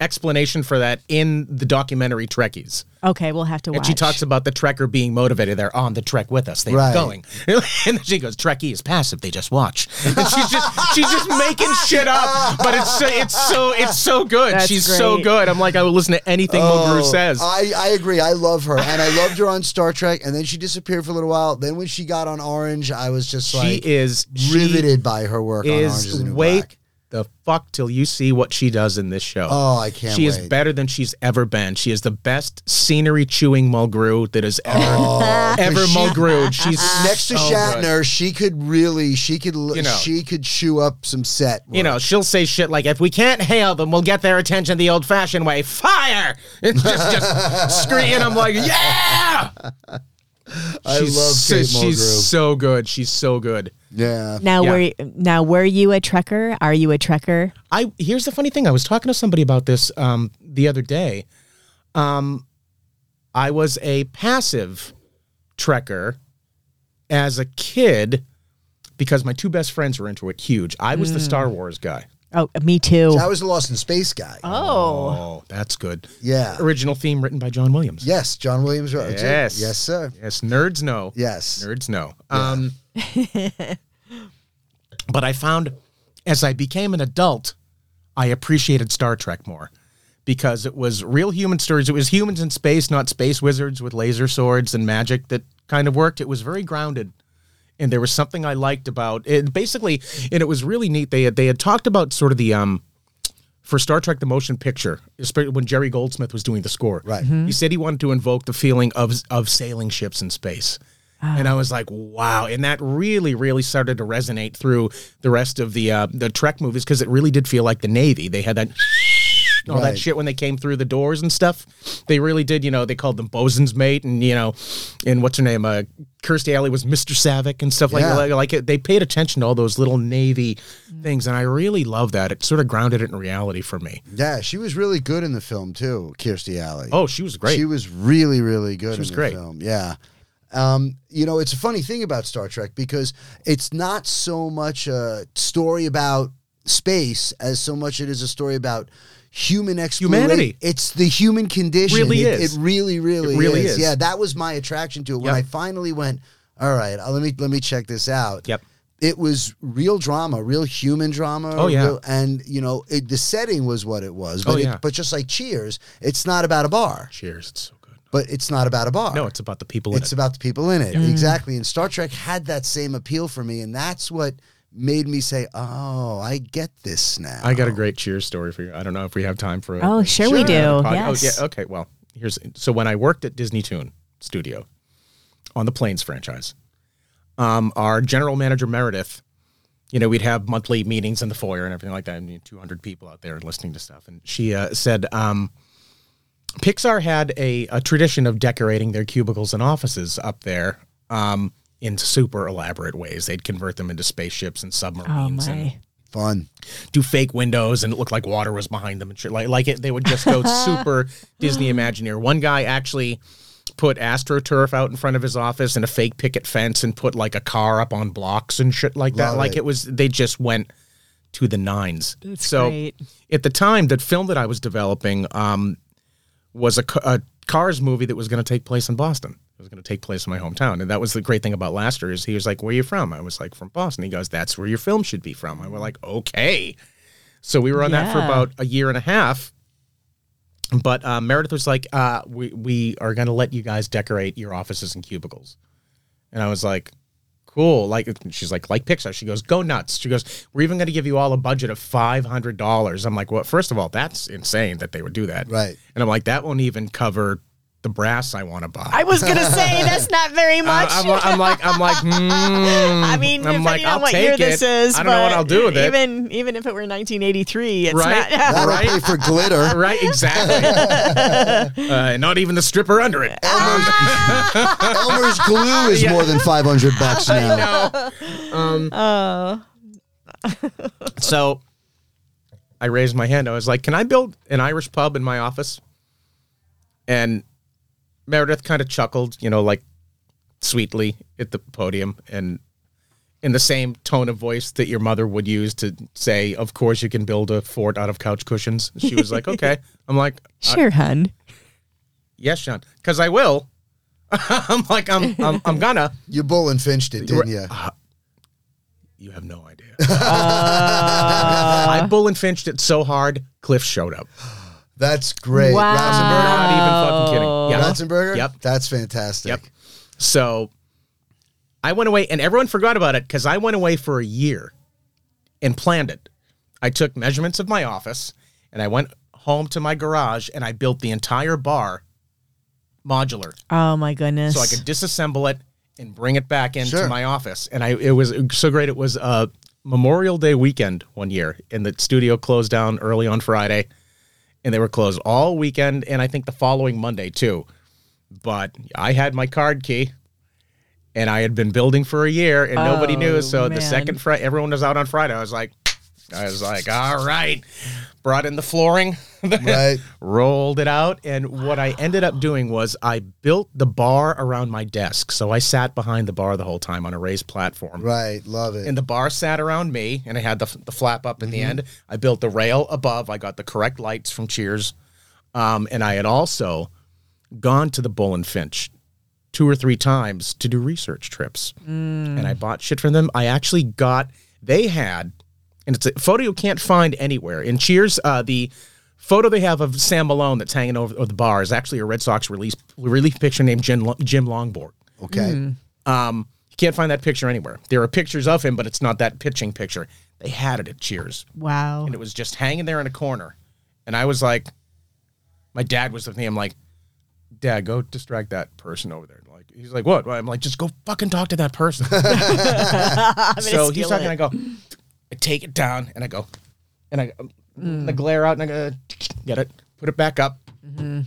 explanation for that in the documentary Trekkies,
Okay, we'll have to watch.
and she talks about the trekker being motivated. They're on the trek with us. They're
Right.
going, (laughs) and then she goes, "Trekkie is passive. They just watch." And she's just she's just making shit up, but it's so it's so it's so good.
That's
she's so
great.
good. I'm like, I will listen to anything Mulgrew
Oh,
says.
I, I agree. I love her. And I loved her on Star Trek. And then she disappeared for a little while. Then when she got on Orange, I was just
she
like
is she
riveted by her work on Orange
is
is the New
way
Black.
the fuck till you see what she does in this show.
Oh, I can't
She is
wait.
better than she's ever been. She is the best scenery chewing Mulgrew that has ever
(laughs)
ever Mulgrewed. She's
Oh, (laughs) Next to
so good.
Shatner, she could really, she could,
Oh, You know.
she could chew up some set.
You know, she'll say shit like, "If we can't hail them, we'll get their attention the old-fashioned way. Fire!" (laughs) It's just just screaming.
(laughs)
I'm like, "Yeah!"
I
she's
love
so,
Kate
She's
Mulgrew.
so good. She's so good.
yeah.
Now
Yeah.
were now were you a trekker? Are you a trekker?
I here's the funny thing. I was talking to somebody about this um, the other day. Um, I was a passive trekker as a kid because my two best friends were into it huge. I was the Star Wars guy.
Oh, me too.
I was the Lost in Space guy.
Oh,
Oh, that's good.
Yeah.
Original theme written by John Williams.
Yes, John Williams wrote it, too.
Yes.
Yes, sir.
Yes, nerds know.
Yes.
Nerds know. Um, (laughs) but I found as I became an adult, I appreciated Star Trek more because it was real human stories. It was humans in space, not space wizards with laser swords and magic that kind of worked. It was very grounded. And there was something I liked about it. Basically, and it was really neat. They had, they had talked about sort of the um, for Star Trek the motion picture, especially when Jerry Goldsmith was doing the score.
Right.
He said he wanted to invoke the feeling of of sailing ships in space. And I was like, wow. And that really, really started to resonate through the rest of the uh, the Trek movies because it really did feel like the Navy. They had that all
Right.
that shit when they came through the doors and stuff. They really did, you know, they called them bosun's mate and you know, and what's her name? Uh Kirstie Alley was Mr. Savick and stuff like
Yeah.
like, like it, they paid attention to all those little navy things and I really love that. It sort of grounded it in reality for me.
Yeah, she was really good in the film too, Kirstie Alley.
Oh, she was great.
She was really, really good
was
in the
great.
film. Yeah. Um, you know, it's a funny thing about Star Trek because it's not so much a story about space as so much it is a story about human exploration.
Humanity.
It's the human condition.
Really
it,
is.
It really, really,
It really is.
Yeah, that was my attraction to it when I
Yep.
finally went. All right, uh, let me let me check this out.
Yep.
It was real drama, real human drama.
Oh, yeah.
real- and you know it, the setting was what it was. But
Oh,
it-
yeah.
but just like Cheers, it's not about a bar
Cheers. It's so good.
but it's not about a bar.
No, it's about the people in
Uh, it's
it.
about the people in it. Exactly. And Star Trek had that same appeal for me, and that's what made me say, "Oh, I get this now."
I got a great cheers story for you. I don't know if we have time for it.
Oh, sure we Sure. do. Yes.
Oh, yeah. Okay. Well, here's so when I worked at Disney Toon Studio on the Planes franchise, um, our general manager Meredith, you know, we'd have monthly meetings in the foyer and everything like that. I mean, 200 people out there listening to stuff, and she uh, said, um, Pixar had a, a tradition of decorating their cubicles and offices up there um, in super elaborate ways. They'd convert them into spaceships and
oh
submarines and
my.
Fun.
do fake windows and it looked like water was behind them and shit. Like like it, they would just go super Disney Imagineer. One guy actually put astroturf out in front of his office and a fake picket fence and put like a car up on blocks and shit like that.
Love
like
it.
it was they just went to the nines.
That's
so
great.
at the time, that film that I was developing um, was a, ca- a Cars movie that was going to take place in Boston. It was going to take place in my hometown, and that was the great thing about Laster is he was like, "Where are you from?" I was like, "From Boston." He goes, "That's where your film should be from." I was like, "Okay." So we were on that for
Yeah.
about a year and a half. But uh, Meredith was like, uh, "We we are going to let you guys decorate your offices and cubicles," and I was like, "Cool!" Like she's like, "Like Pixar." She goes, "Go nuts!" She goes, "We're even going to give you all a budget of five hundred dollars." I'm like, "Well, first of all, that's insane that they would do that,
Right.
And I'm like, "That won't even cover the brass I want to buy."
I was
(laughs)
gonna say that's not very much.
I- I'm, li- I'm like, I'm like, hmm.
(laughs) I mean,
I'm
depending
like,
on
I'll
what
take
year
it.
this is,
I don't know what
but
I'll do with it.
Even even if it were 1983, it's
Right?
not.
That'll
Right?
pay for
(laughs)
glitter.
Right,
(laughs)
exactly. uh, not even the stripper under it.
(laughs) Elmer's glue is more than five hundred bucks
(laughs)
now.
Um, So I raised my hand. I was like, "Can I build an Irish pub in my office?" And Meredith kind of chuckled, you know, like sweetly at the podium and in the same tone of voice that your mother would use to say, "Of course you can build a fort out of couch cushions." She was like, "Okay." I'm like,
(laughs)
uh,
Sure, hun.
"Yes, Sean, cuz I will." (laughs) I'm like, "I'm I'm, I'm gonna."
You bull and finched it, didn't you?
Uh, You have no idea. I bull and finched it so hard, Cliff showed up.
That's great.
Wow.
We're
Ratzenberger.
not even fucking kidding. Yeah.
Ratzenberger.
Yep.
That's fantastic.
Yep. So I went away and everyone forgot about it because I went away for a year and planned it. I took measurements of my office and I went home to my garage and I built the entire bar modular
Oh my goodness.
so I could disassemble it and bring it back into
Sure.
my office. And I it was so great. It was uh, Memorial Day weekend one year, and the studio closed down early on Friday, and they were closed all weekend, and I think the following Monday too. But I had my card key. And I had been building for a year, and nobody
Oh,
knew. So
man.
the second Friday, everyone was out on Friday. I was like, I was like, all right. Brought in the flooring,
right?
rolled it out and what i ended up doing was i built the bar around my desk so i sat behind the bar the whole time on a raised platform
Right. Love it.
and the bar sat around me and i had the, the flap up in the end i built the rail above i got the correct lights from cheers um, and i had also gone to the bull and finch two or three times to do research trips and i bought shit from them i actually got they had and it's a photo you can't find anywhere in cheers uh, the photo they have of sam malone that's hanging over over the bar is actually a red sox release relief picture named jim, Lo- jim longboard
okay.
um, you can't find that picture anywhere. There are pictures of him, but it's not that pitching picture. They had it at Cheers,
wow.
and it was just hanging there in a corner. And I was like, my dad was with me. I'm like, Dad, go distract that person over there. Like he's like, what? I'm like, just go fucking talk to
(laughs)
that person.
I'm gonna steal
so he's talking.
it.
I go, I take it down, and I go, and I, and
Mm.
I glare out, and I go, get it, put it back up.
Mm-hmm.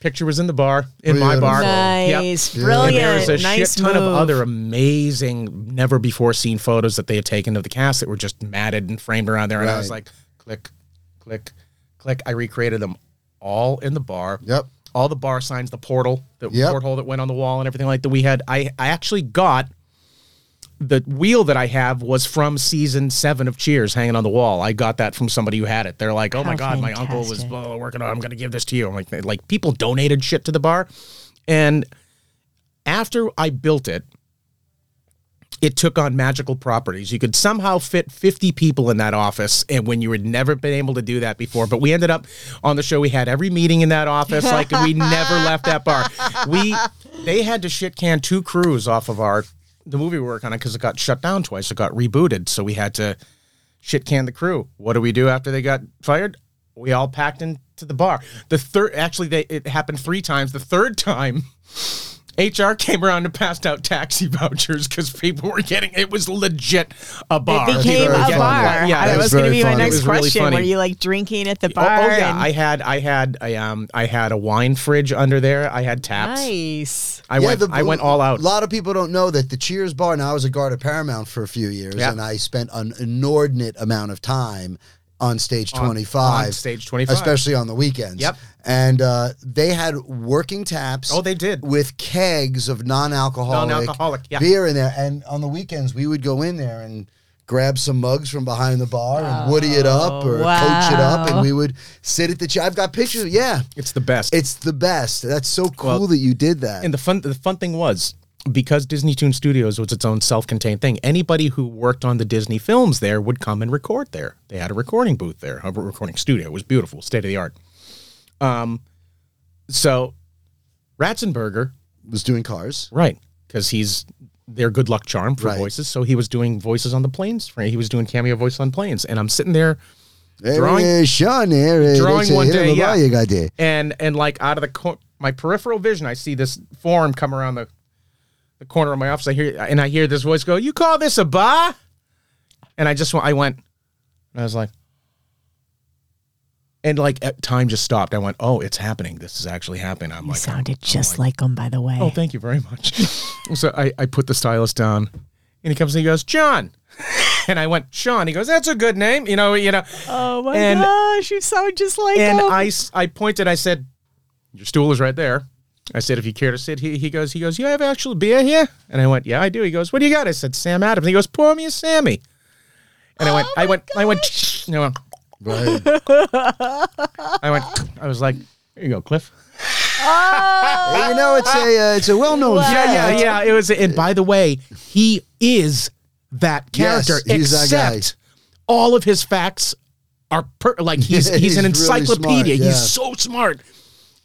Picture was in the bar, in my bar. Yep.
Nice.
And
Brilliant.
there's a
nice
shit ton
move.
of other amazing, never before seen photos that they had taken of the cast that were just matted and framed around there. And I was
Right.
like, click, click, click. I recreated them all in the bar.
Yep.
All the bar signs, the portal, the
Yep.
porthole that went on the wall and everything like that we had. I, I actually got the wheel that I have was from season seven of Cheers hanging on the wall. I got that from somebody who had it. They're like, oh my
How
God, my uncle was
fantastic.
blah, blah, working on it. I'm going to give this to you. I'm like, like people donated shit to the bar. And after I built it, it took on magical properties. You could somehow fit 50 people in that office, and when you had never been able to do that before. But we ended up on the show. We had every meeting in that office. Like we never left that bar. We they had to shit can two crews off of our the movie we were working on because it got shut down twice. It got rebooted, so we had to shit can the crew. What do we do after they got fired? We all packed into the bar. The third, actually, they, it happened three times. The third time, (laughs) HR came around and passed out taxi (laughs) vouchers because people were getting. It was legit a bar.
It became
People
a
were
bar.
very
getting-
funny.
Yeah,
Yeah,
that
it
was,
was
going to
very
be my
funny. It
next
was really
question.
funny.
Were you like drinking at the
Oh,
bar?
oh, yeah,
and-
I had I had a um I had a wine fridge under there. I had taps.
nice.
I went I went all out.
A lot of people don't know that the Cheers bar. Now I was a guard at Paramount for a few years,
Yeah.
and I spent an inordinate amount of time on stage twenty
on
five,
stage 25.
especially on the weekends.
Yep.
And uh, they had working taps.
Oh, they did.
with kegs of non-alcoholic,
Non-alcoholic, yeah.
beer in there. And on the weekends, we would go in there and. Grab some mugs from behind the bar and woody it up or coach it up, and
wow.
we would sit at the. Ch- I've got pictures. Yeah,
It's the best.
it's the best. That's so cool
Well,
that you did that.
and the fun the fun thing was because Disney Toon Studios was its own self-contained thing. Anybody who worked on the Disney films there would come and record there. They had a recording booth there, a recording studio. It was beautiful, state of the art. Um, so Ratzenberger,
was doing cars.
right? Because he's their good luck charm for
Right.
voices. So he was doing voices on the planes. He was doing cameo voice on planes. And I'm sitting there Drawing-
Drawing, Sean here,
drawing one day, yeah.
You got there.
and and like out of the cor- my peripheral vision, I see this form come around the the corner of my office. I hear and I hear this voice go, "You call this a bar?" And I just went, I went, and I was like, and like eh, time just stopped. I went, "Oh, it's happening. This is actually happening." I'm
You
like,
sounded just like him, by the way.
(laughs) "Oh, thank you very much." (laughs) so I I put the stylus down, and he comes and he goes, "John," (laughs) and I went, "Sean." He goes, "That's a good name," you know, you know.
Oh my
And-
gosh, you sound just like
and
him.
I, s- I pointed. I said, "Your stool is right there." I said, "If you care to sit," he, he goes. He goes. You have actual beer here? And I went, "Yeah, I do." He goes, "What do you got?" I said, "Sam Adams." He goes, "Pour me a Sammy." And I went, I went, I went, and (sniffs) I went,
Right.
(laughs)
I went, I was like, "Here you go, Cliff."
you know, it's a uh, it's a well known.
Yeah, yeah, yeah. It was. And by the way, he is that
Yes,
character.
he's that guy.
except all of his facts are per- like he's he's,
He's (laughs)
an
really smart,
encyclopedia.
yeah.
He's so smart.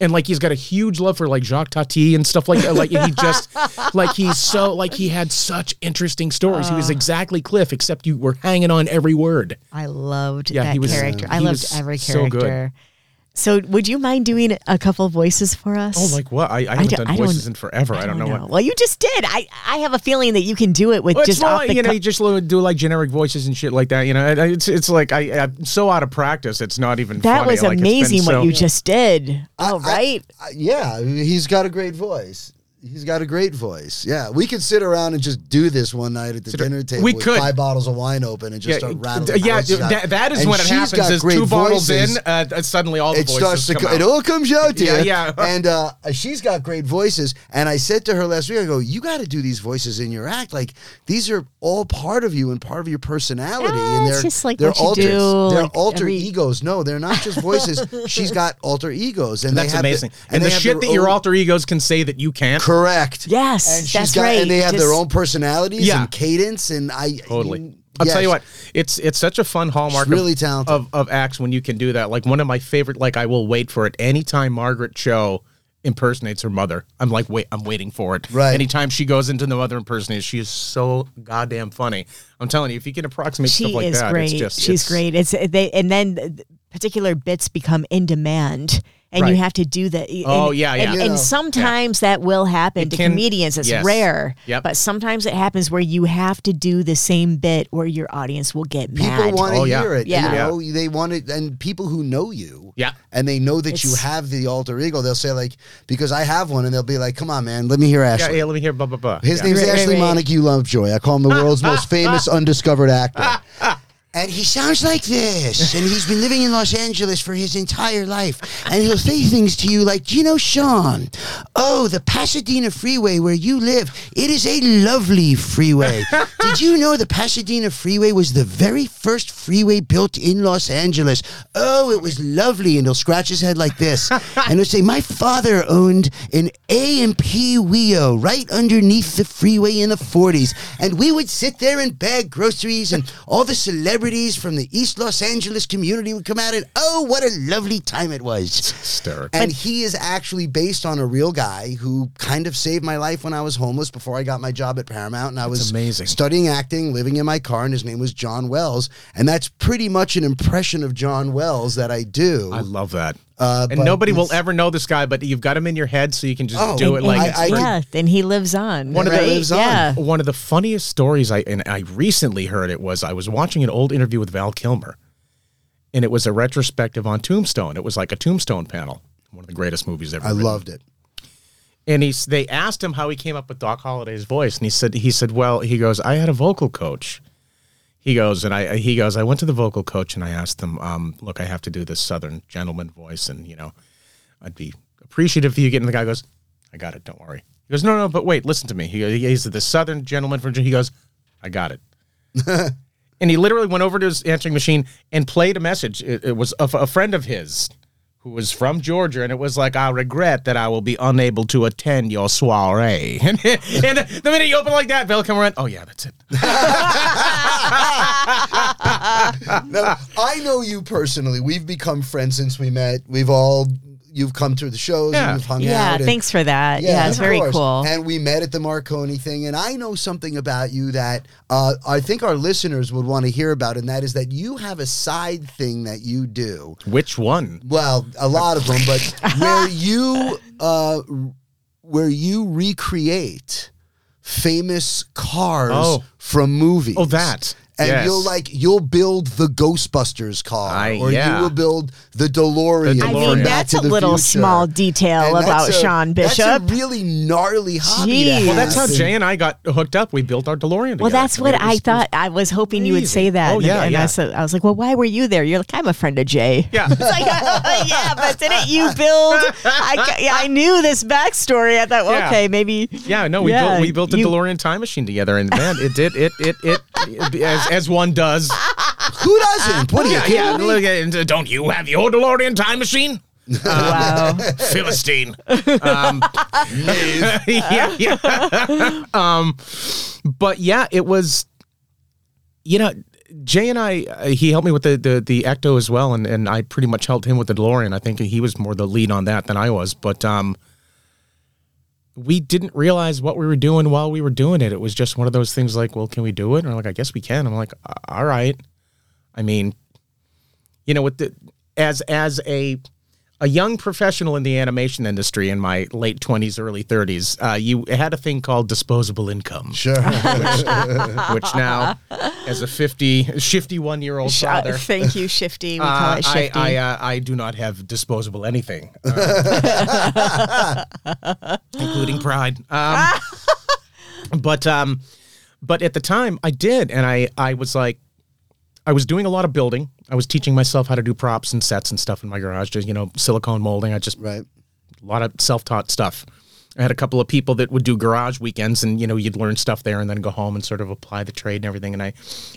and like he's got a huge love for like Jacques Tati and stuff like that. Like he just
(laughs)
like he's so like he had such interesting stories.
Ah.
he was exactly Cliff, except you were hanging on every word.
I loved
Yeah,
that
he was- uh,
character. I
he
loved
was
every
so good.
character. So, would you mind doing a couple voices for us?
Oh, like what? I, I haven't
don't-
done
I don't-
voices in forever. I don't, know, what.
Well, you just did. I, I have a feeling that you can do it with
Well,
just
it's more
off
like,
the
you know,
cuff.
you just lo- do like generic voices and shit like that. You know, And it's it's like I, I'm so out of practice. It's not even.
That
funny.
was
Like, it's been
amazing what
so-
you just did. All
I-
right.
I- yeah, he's got a great voice. He's got a great voice. Yeah, we could sit around and just do this one night at the dinner table.
we
with
could.
five bottles of wine open and just start rattling.
yeah.
voices out.
That, that is
And
when it
she's
happens.
got
Is
great
two bottles
voices.
in, uh, uh, suddenly all the
it
voices
starts to
come
co-
out.
it all comes out to
(laughs) Yeah,
you.
yeah.
and uh, she's got great voices. And I said to her last week, I go, you got to do these voices in your act. Like these are all part of you and part of your personality.
Yeah,
and
Ah, it's
they're
just like
they're
what you
alters.
do,
They're
like
alter
every-
egos. No, they're
(laughs)
not just voices. she's got alter egos, and they
That's
have the-
amazing. and
they
the
have
shit
their
that your
own-
alter egos can say that you can't.
correct.
Yes,
and she's
that's
got,
right.
And they have their
Just-
own personalities
Yeah.
and cadence. And I
Totally. I'll tell you
Mm, yes.
what, it's it's such a fun hallmark
She's really
of,
talented.
Of, of acts when you can do that. Like one of my favorite, like I will wait for it. Anytime Margaret Cho impersonates her mother, I'm like, wait, I'm waiting for it.
Right.
Anytime she goes into the mother impersonation, she is so goddamn funny. I'm telling you, if you can approximate
she
stuff like
is
that,
great.
it's just
She's
it's-
great. It's they, and then uh, particular bits become in demand, and you
Right.
have to do that. And-
Oh, yeah, yeah.
And,
You
and
know.
sometimes that will happen to
can-
comedians. It's
yes.
rare,
Yep.
but sometimes it happens where you have to do the same bit, or your audience will get
People
mad.
want to
Oh, yeah.
hear it.
Yeah.
You know, they want it, and people who know you.
Yeah.
And they know that you
It's-
have the alter ego. They'll say like, "Because I have one," and they'll be like, "Come on, man, let me hear
Yeah,
Ashley."
yeah, let me hear blah blah blah.
His
yeah.
name's
Right, right,
Ashley
right.
Montague Lovejoy. I call him the world's most famous undiscovered actor. And he sounds like this. And he's been living in Los Angeles for his entire life. And he'll say things to you like, "Do you know, Sean, oh, the Pasadena freeway where you live, it is a lovely freeway. Did you know the Pasadena freeway was the very first freeway built in Los Angeles? Oh, it was lovely. And he'll scratch his head like this. And he'll say, My father owned an A&P Wio E right underneath the freeway in the 40s. And we would sit there and bag groceries, and all the celebrities from the East Los Angeles community would come out, and oh, what a lovely time it was.
hysterical.
And he is actually based on a real guy who kind of saved my life when I was homeless before I got my job at Paramount. And I was
amazing.
studying acting, living in my car, and his name was John Wells. And that's pretty much an impression of John Wells that I do.
I love that.
Uh,
and
but
nobody will
it's-
ever know this guy, but you've got him in your head, so you can just
Oh,
do it
And-
like
I-
it's
I-
free.
yeah, and he lives on.
One of the-
right?
lives on.
yeah.
one of the funniest stories I and I recently heard it was I was watching an old interview with Val Kilmer, and it was a retrospective on Tombstone. It was like a Tombstone panel, one of the greatest movies ever.
I
written.
loved it.
And he s- they asked him how he came up with Doc Holliday's voice, and he said he said, well, he goes, I had a vocal coach. He goes and I he goes, I went to the vocal coach and I asked them, um, look, I have to do this Southern gentleman voice, and you know, I'd be appreciative of you getting. The guy goes, I got it. Don't worry. He goes, no, no, but wait, listen to me. He goes, he's the Southern gentleman from. He goes, I got it. and he literally went over to his answering machine and played a message. It, it was of a friend of his who was from Georgia, and it was like, I regret that I will be unable to attend your soiree. (laughs) and, and the minute you open like that, Bill come around. Oh yeah, that's it. (laughs)
Now,
Ah.
I know you personally. We've become friends since we met. We've all you've come to the shows
Yeah.
and we've hung
Yeah,
out. and-
thanks for that. Yeah, it's
of
very
course.
cool.
And we met at the Marconi thing, and I know something about you that uh, I think our listeners would want to hear about, and that is that you have a side thing that you do.
Which one?
Well, a lot of them,
(laughs)
but where you uh, where you recreate famous cars
Oh.
from movies.
Oh, that.
And
Yes.
you'll like you'll build the Ghostbusters car,
I-
or
yeah.
you will build the DeLorean.
The
I
from
DeLorean.
mean,
Back
that's
to
a
the
little
Future.
small detail
And
about
that's a-
Sean
that's
Bishop.
a really gnarly hobby. to
Jeez.
have.
Well,
That's how
And-
Jay and I got hooked up. We built our DeLorean.
Well,
together.
that's what
It
I
was-
thought. I was hoping you would say
crazy.
that.
Oh,
and-
yeah,
and I,
yeah.
said, I was like, well, why were you there? You're like, I'm a friend of Jay.
Yeah.
It's (laughs) like, oh, yeah, but didn't you build? I, ca- yeah, I knew this backstory. I thought, well,
Yeah.
okay, maybe.
Yeah, no, we
Yeah,
built we built a
you-
DeLorean time machine together, and man, it did it it it, as as one
(laughs)
does.
Who doesn't? What are you
Oh, Yeah,
kidding
yeah.
me?
look at- and, uh, Don't you have your DeLorean time machine? (laughs)
Wow.
Philistine. Um, (laughs) yeah, yeah. um, but yeah, it was, you know, Jay and I, uh, he helped me with the, the the Ecto as well, and and I pretty much helped him with the DeLorean. I think he was more the lead on that than I was, but um, we didn't realize what we were doing while we were doing it. It was just one of those things like, well, can we do it? And I'm like, I guess we can. I'm like, "A- all right. I mean, you know, with the as as a a young professional in the animation industry in my late 20s, early 30s, uh, you had a thing called disposable income (laughs)
Sure.
which now, as a 50, 51 year old
Sh- uh,
father,
thank you, Shifty. We call
uh,
it
I,
Shifty.
I, uh, I do not have
(laughs)
disposable anything, uh, including pride. Um, but um, but at the time, I did, and I I was like, I was doing a lot of building. I was teaching myself how to do props and sets and stuff in my garage. Just you know, silicone molding. I just
right.
a lot of self-taught stuff. I had a couple of people that would do garage weekends, and you know, you'd learn stuff there, and then go home and sort of apply the trade and everything. And I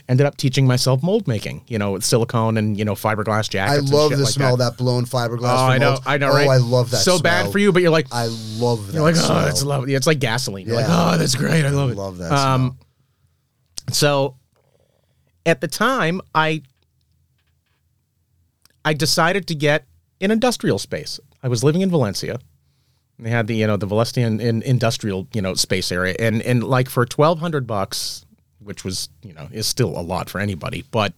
ended up teaching myself mold making, you know, with silicone and you know fiberglass
I
jackets. and
love
shit
the
like
smell of
That.
that blown fiberglass.
Oh, I
from
know,
old-
I know,
oh,
right?
I love that.
So bad
smell.
for you, but you're like,
I love that.
you're like,
smell.
oh, that's lovely. It's like gasoline. You're
Yeah.
like, oh, that's great. I love it.
Love that.
Um, so at the time, I I decided to get an industrial space. I was living in Valencia. They had the you know the Valencia in, in industrial you know space area, and and like for twelve hundred bucks, which was you know is still a lot for anybody, but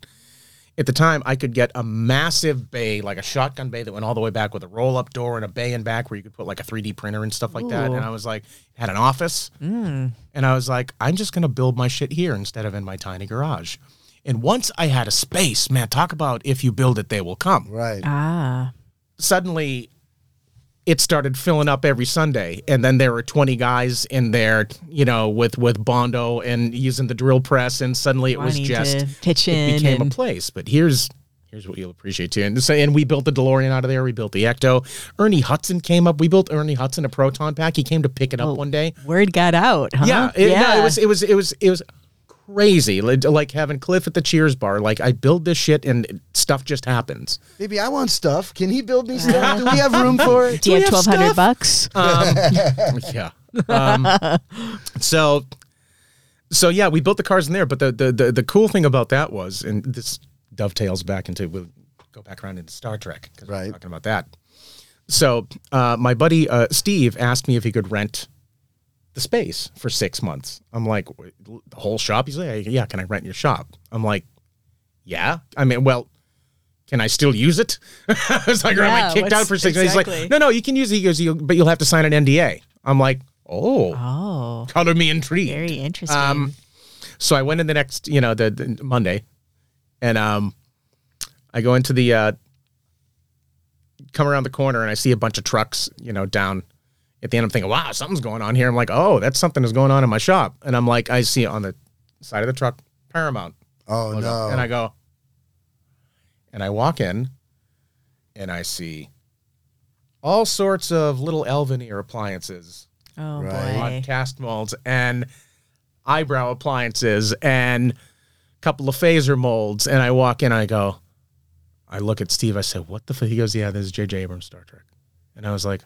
at the time I could get a massive bay, like a shotgun bay that went all the way back with a roll up door and a bay in back where you could put like a 3D printer and stuff like that. And I was like, had an office. And I was like, I'm just going to build my shit here instead of in my tiny garage. And once I had a space, man, talk about if you build it, they will come.
Right.
ah,
Suddenly, it started filling up every Sunday, and then there were twenty guys in there, you know, with with bondo and using the drill press, and suddenly it was
wanting
just
to pitch in
it became
and-
a place. But here's here's what you'll appreciate too. And so, and we built the DeLorean out of there. We built the Ecto. Ernie Hudson came up. We built Ernie Hudson a proton pack. He came to pick
Oh,
it up one day.
word got out. Huh?
Yeah, it, No, it was it was it was it was crazy. Like, like having Cliff at the Cheers bar. Like I build this shit and stuff just happens.
Maybe I want stuff. Can he build me stuff? Do we have room for it?
(laughs)
Do you
we
have
have
twelve hundred
stuff? Uh,
bucks?
(laughs) yeah. Um, so, so yeah, we built the cars in there. But the, the the the cool thing about that was, and this dovetails back into we'll go back around into Star Trek because
Right.
we're talking about that. So, uh, my buddy uh, Steve asked me if he could rent the space for six months. I'm like, "W- the whole shop? He's like, yeah, can I rent your shop? I'm like, yeah. I mean, well, can I still use it? (laughs) I was like, or am
Yeah,
I kicked out
what's-
for six months? He's
exactly.
like, no, no, you can use it. He goes, you, but you'll have to sign an NDA. I'm like, oh,
Oh,
color me intrigued.
very interesting.
Um, so I went in the next, you know, the, the Monday, and um, I go into the uh, come around the corner and I see a bunch of trucks, you know, down at the end. I'm thinking, wow, something's going on here. I'm like, oh, that's something is going on in my shop, and I'm like, I see on the side of the truck Paramount,
Oh
logo.
no.
and I go, and I walk in, and I see all sorts of little elven ear appliances
oh
right.
boy.
podcast molds and eyebrow appliances and a couple of phaser molds. And I walk in, I go, I look at Steve, I say, What the fuck? He goes, Yeah, this is JJ Abrams Star Trek. And I was like,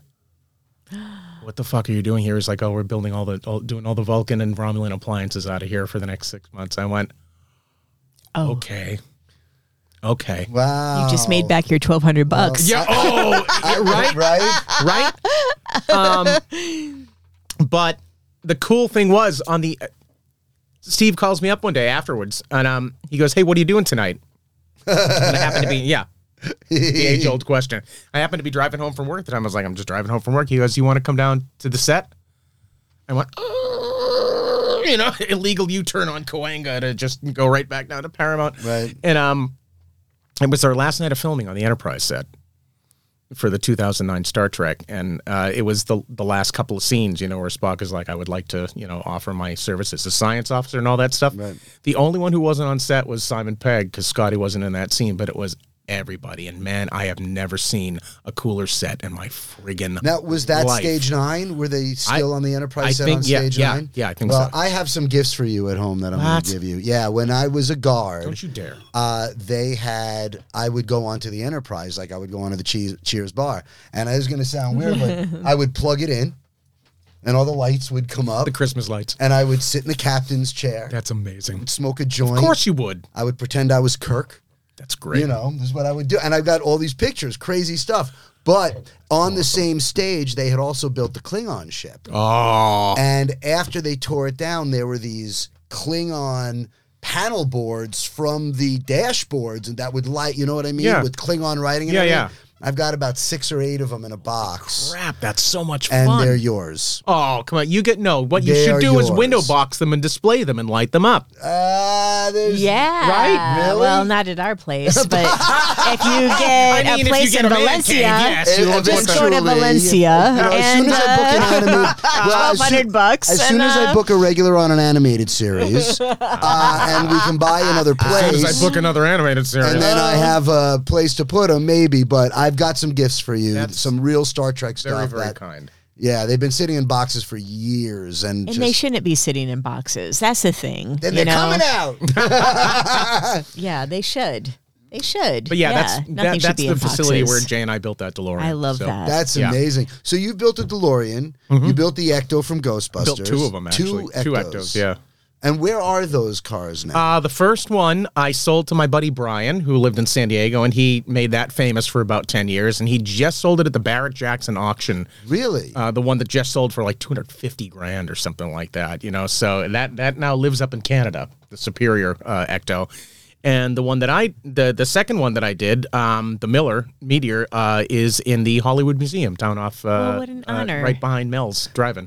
what the fuck are you doing here? He's like, oh, we're building all the, all, doing all the Vulcan and Romulan appliances out of here for the next six months. I went,
Oh,
okay, okay,
wow.
you just made back your twelve hundred bucks.
yeah, oh,
(laughs)
(laughs) I, right. Right.
right? um, (laughs) but the cool thing was on the uh, Steve calls me up one day afterwards, and um, he goes, "Hey, what are you doing tonight?" and I happened to be yeah, the age old question. I happened to be driving home from work at the time. I was like, "I'm just driving home from work." He goes, "You want to come down to the set?" I went, "Ugh," you know, (laughs) illegal U turn on Coanga to just go right back down to Paramount.
Right.
And um, it was our last night of filming on the Enterprise set for the 2009 Star Trek, and uh, it was the the last couple of scenes, you know, where Spock is like, "I would like to, you know, offer my services as science officer and all that stuff."
Right.
The only one who wasn't on set was Simon Pegg because Scotty wasn't in that scene, but it was everybody. And man, I have never seen a cooler set in my friggin'
Now was that
life.
stage nine? Were they still on the Enterprise
I
set
think-
on
yeah,
stage
yeah,
nine?
yeah, I think
well,
so.
I have some gifts for you at home that I'm
What?
gonna give you. Yeah, when I was a guard.
Don't you dare!
uh, they had I would go onto the Enterprise,
(laughs)
like I would go onto the Cheers, Cheers bar, and I was going to sound weird, but I would plug it in, and all the lights would come up,
The Christmas lights.
and I would sit in the captain's chair,
That's amazing.
smoke a joint.
Of course you would.
I would pretend I was Kirk.
That's great.
You know, is what I would do. And I've got all these pictures, crazy stuff. But on the same stage, they had also built the Klingon ship.
Oh,
And after they tore it down, there were these Klingon panel boards from the dashboards and that would light, you know what I mean?
Yeah.
With Klingon writing and
Yeah,
everything.
yeah.
I've got about six or eight of them in a box.
crap. That's so much
And
fun.
they're yours.
Oh, come on. You get no. What you
They
should
are
do is
yours.
window box them and display them and light them up.
Uh, there's
Yeah.
Right? Really?
Well, not at our place,
(laughs)
but if you get
I mean,
a
if
place
you get
in
a man
Valencia,
cave, yes,
you'll
just
book
go to
it.
Valencia
No, as
and
soon as I book
(laughs)
an
uh,
animated, well, as
1,200
soo-
bucks
As
and,
soon as I
uh,
book a regular on an animated
(laughs)
series, uh, and we can buy another place.
As I book another animated series.
and then I have a place to put them, maybe. But I've got some gifts for you,
That's
some real Star Trek
very,
stuff.
very
that-
kind.
Yeah, they've been sitting in boxes for years, and,
and
just,
they shouldn't be sitting in boxes. That's the thing.
then
you
they're
know?
coming
(laughs)
out.
Yeah, they should. They should.
But yeah, that's
nothing
that,
should
that's
be
the
in
facility where
boxes.
Jay and I built that DeLorean.
I love
So-
that.
That's
Yeah. Mm-hmm.
amazing. So you built a DeLorean. You built the Ecto from Ghostbusters.
Built two of them actually.
Two Ectos.
Yeah.
And where are those cars now?
Uh, the first one I sold to my buddy Brian, who lived in San Diego, and he made that famous for about ten years. And he just sold it at the Barrett Jackson auction
really?
uh, the one that just sold for like 250 grand or something like that you know so that that now lives up in canada the superior uh, ecto and the one that i the the second one that i did um, the miller meteor uh, is in the hollywood museum down off uh,
Oh, what an
uh,
honor.
right behind mel's driving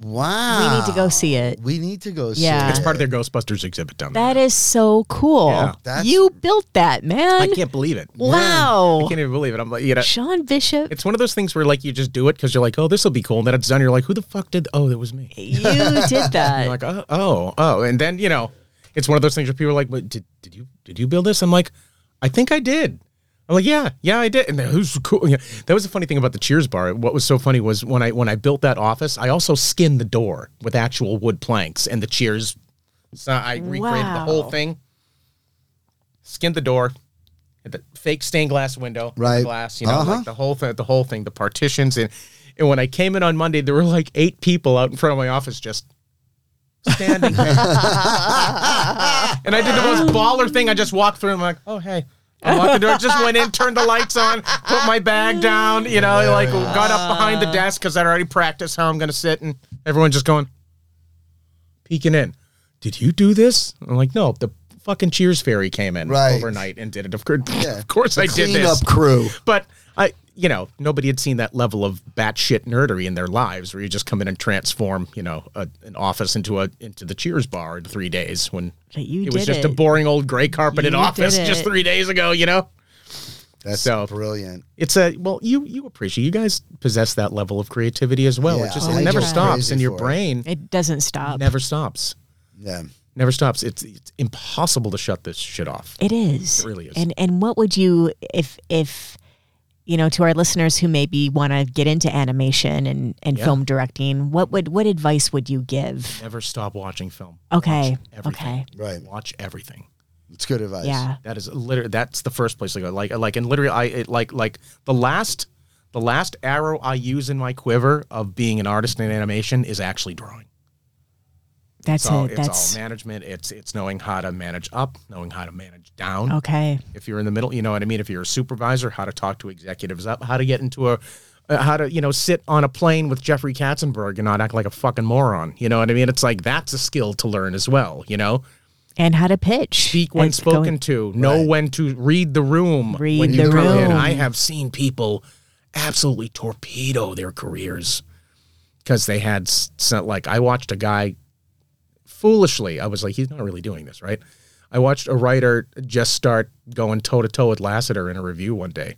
wow.
we need to
Ah.
go see it.
We need to go.
Yeah.
See
it's part of their ghostbusters exhibit down there
That is so cool.
Yeah,
that's-
you built that, man.
i can't believe it i
wow.
can't even believe it i'm like you know
Sean Bishop,
it's one of those things where like you just do it because you're like oh this will be cool and then it's done you're like who the fuck did oh that was me
you
(laughs)
did that.
You're like, oh, oh, oh, and then you know, it's one of those things where people are like, "Wait, did, did you did you build this?" I'm like, I think I did. I'm like, yeah, yeah, I did. And then, who's cool? Yeah. That was the funny thing about the Cheers bar. What was so funny was when I when I built that office, I also skinned the door with actual wood planks and the Cheers. So I recreated the whole
Wow.
thing. Skinned the door, had the fake stained glass window, the
Right.
Glass, you know,
Uh-huh.
like the whole thing, the whole thing, the partitions, and and when I came in on Monday, there were like eight people out in front of my office just
(laughs)
standing. there. and I did the most baller thing. I just walked through. And I'm like, oh hey. I walked the door, just went in, turned the lights on, put my bag down, you know, like got up behind the desk because I'd already practiced how I'm going to sit, and everyone just going, peeking in. Did you do this? I'm like, no, the fucking Cheers fairy came in
Right.
overnight and did it. Of course,
Yeah.
of course I did
Clean
this.
up crew.
But I, you know, nobody had seen that level of batshit nerdery in their lives, where you just come in and transform, you know, a, an office into a into the Cheers bar in three days. When
But you
it was
did
just a
it.
boring old gray carpeted
You
office
did
just
it.
three days ago. You know,
That's
So-
brilliant.
it's a well, you you appreciate you guys possess that level of creativity as well.
Yeah, Oh,
it just
I
it never
go
stops,
crazy
and your
for it.
brain
It doesn't stop.
never stops,
Yeah.
never stops. It's it's impossible to shut this shit off.
It is.
It really is.
And and what would you if if you know to our listeners who maybe want to get into animation and and
Yeah.
film directing, what would what advice would you give?
Never stop watching film.
Okay.
everything.
Oh, Okay.
Right.
Watch everything.
It's good advice.
Yeah.
That is literally that's the first place I go. Like like and literally I it, like like the last the last arrow I use in my quiver of being an artist in animation is actually drawing.
That's
It's all
it.
it's
That's
all management. It's it's knowing how to manage up, knowing how to manage down.
okay.
If you're in the middle, you know what I mean. If you're a supervisor, how to talk to executives up, how to get into a uh, how to you know sit on a plane with Jeffrey Katzenberg and not act like a fucking moron. You know what I mean? It's like that's a skill to learn as well. You know,
And how to pitch.
speak when
That's
spoken
going-
to, know when to read the room.
Read
when you
the
come in.
room.
I have seen people absolutely torpedo their careers because they had s- sent like I watched a guy foolishly. I was like, he's not really doing this, right? I watched a writer just start going toe to toe with Lassiter in a review one day,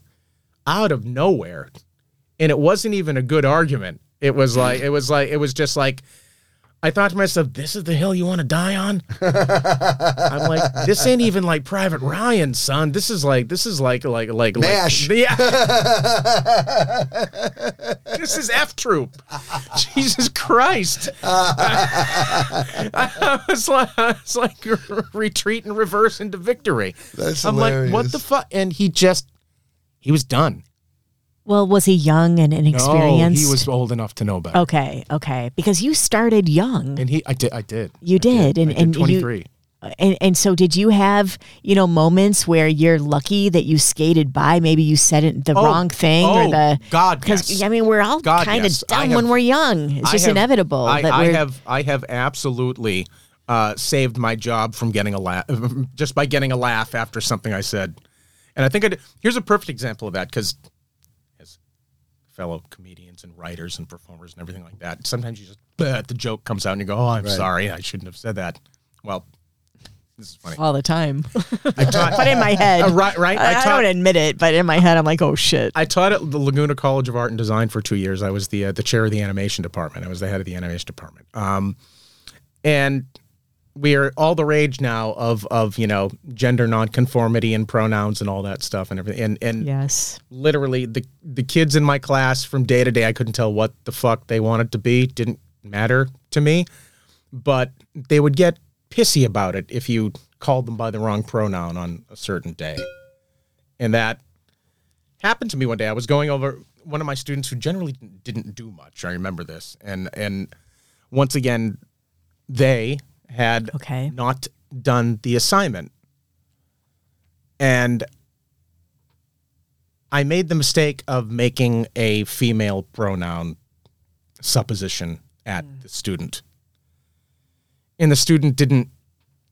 out of nowhere, and it wasn't even a good argument. It was like it was like it was just like I thought to myself, this is the hill you want to
(laughs)
die on. I'm like, this ain't even like Private Ryan, son. This is like, this is like, like, like, like-
Mash.
(laughs)
(laughs)
yeah. this is F Troop. Jesus
(laughs)
Christ. (laughs) I was like, I was like retreat and reverse into victory.
That's
I'm like, Um, what
hilarious.
the fuck? And he just, he was done.
Well, was he young and inexperienced?
No, he was old enough to know better.
Okay, okay. Because you started young.
And he, I did, I did.
you did, and
I did
and
23.
you and and so did you have you know moments where you're lucky that you skated by? Maybe you said it the
Oh,
wrong thing or
oh,
the
God,
Because
yes.
I mean, we're all
God,
kind of
yes. I
dumb
have-
when we're young. It's
I
just
have-
inevitable.
I,
that
I
we're,
have I have absolutely uh, saved my job from getting a laugh (laughs) just by getting a laugh after something I said, and I think I did- here's a perfect example of that because as fellow comedians and writers and performers and everything like that, sometimes you just "Bah," the joke comes out and you go, "Oh, I'm sorry, I shouldn't have said that." Well, this is funny.
all the time. (laughs)
I taught,
but in my head,
Uh, right, right.
I,
I
I
taught-
don't admit it, but in my head, I'm like, oh shit.
I taught at the Laguna College of Art and Design for two years. I was the uh, the chair of the animation department. I was the head of the animation department. Um, and we are all the rage now of of you know gender nonconformity and pronouns and all that stuff and everything. And and (laughs)
yes.
literally the the kids in my class from day to day, I couldn't tell what the fuck they wanted to be. Didn't matter to me, but they would get pissy about it if you called them by the wrong pronoun on a certain day, and that happened to me one day. I was going over one of my students who generally didn't do much. I remember this, and and once again, they had
Okay.
not done the assignment, and I made the mistake of making a female pronoun supposition at the student, and the student didn't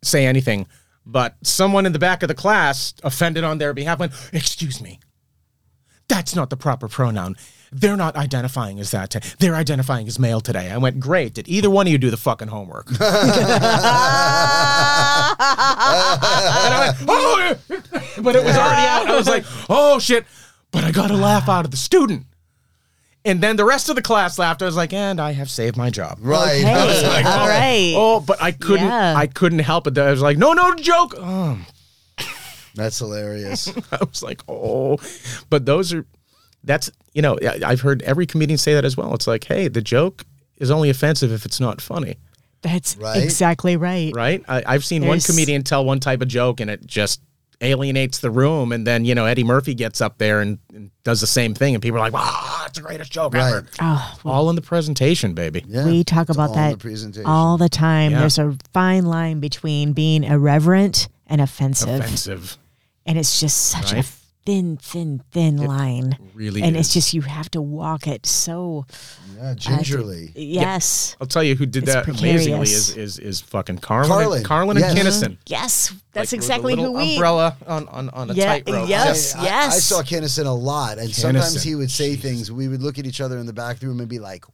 say anything. But someone in the back of the class, offended on their behalf, went, "Excuse me." that's not the proper pronoun. They're not identifying as that. t- They're identifying as male today. I went, great. Did either one of you do the fucking homework? and I went, oh, yeah." but it was already out. I was like, oh shit. But I got a laugh out of the student. And then the rest of the class laughed. I was like, and I have saved my job.
Right.
Hey,
That was my
all right.
Oh, but I couldn't.
Yeah.
I couldn't help it. I was like, no, no joke. (laughs) Oh,
(laughs)
That's hilarious.
I was like, oh, but those are, that's, you know, I- I've heard every comedian say that as well. It's like, hey, the joke is only offensive if it's not funny,
That's
Right?
exactly right.
right? I, I've seen one
There's-
comedian tell one type of joke and it just alienates the room. And then, you know, Eddie Murphy gets up there and, and does the same thing. And people are like, ah, it's the greatest joke
Right.
ever.
Oh,
All in the presentation, baby.
Yeah.
we talk
It's
about
all in
that
the presentation.
all the time.
Yeah.
There's a fine line between being irreverent and offensive,
Offensive.
and it's just such a
Right.
thin, thin, thin line.
really
and it's
is.
just you have to walk it so.
yeah, gingerly.
Yes,
I'll tell you who did
It's
that amazingly
precarious.
is, is is fucking Carlin.
Carlin,
and, Carlin and
yes.
Kinnison.
yes, that's
Like, with a
exactly who
little
we.
umbrella on on, on a
Yeah,
tightrope.
yeah.
I-
Yes,
I,
yes.
I saw Kennison a lot, and sometimes
Kinnison.
he would say things. We would look at each other in the back room and be like,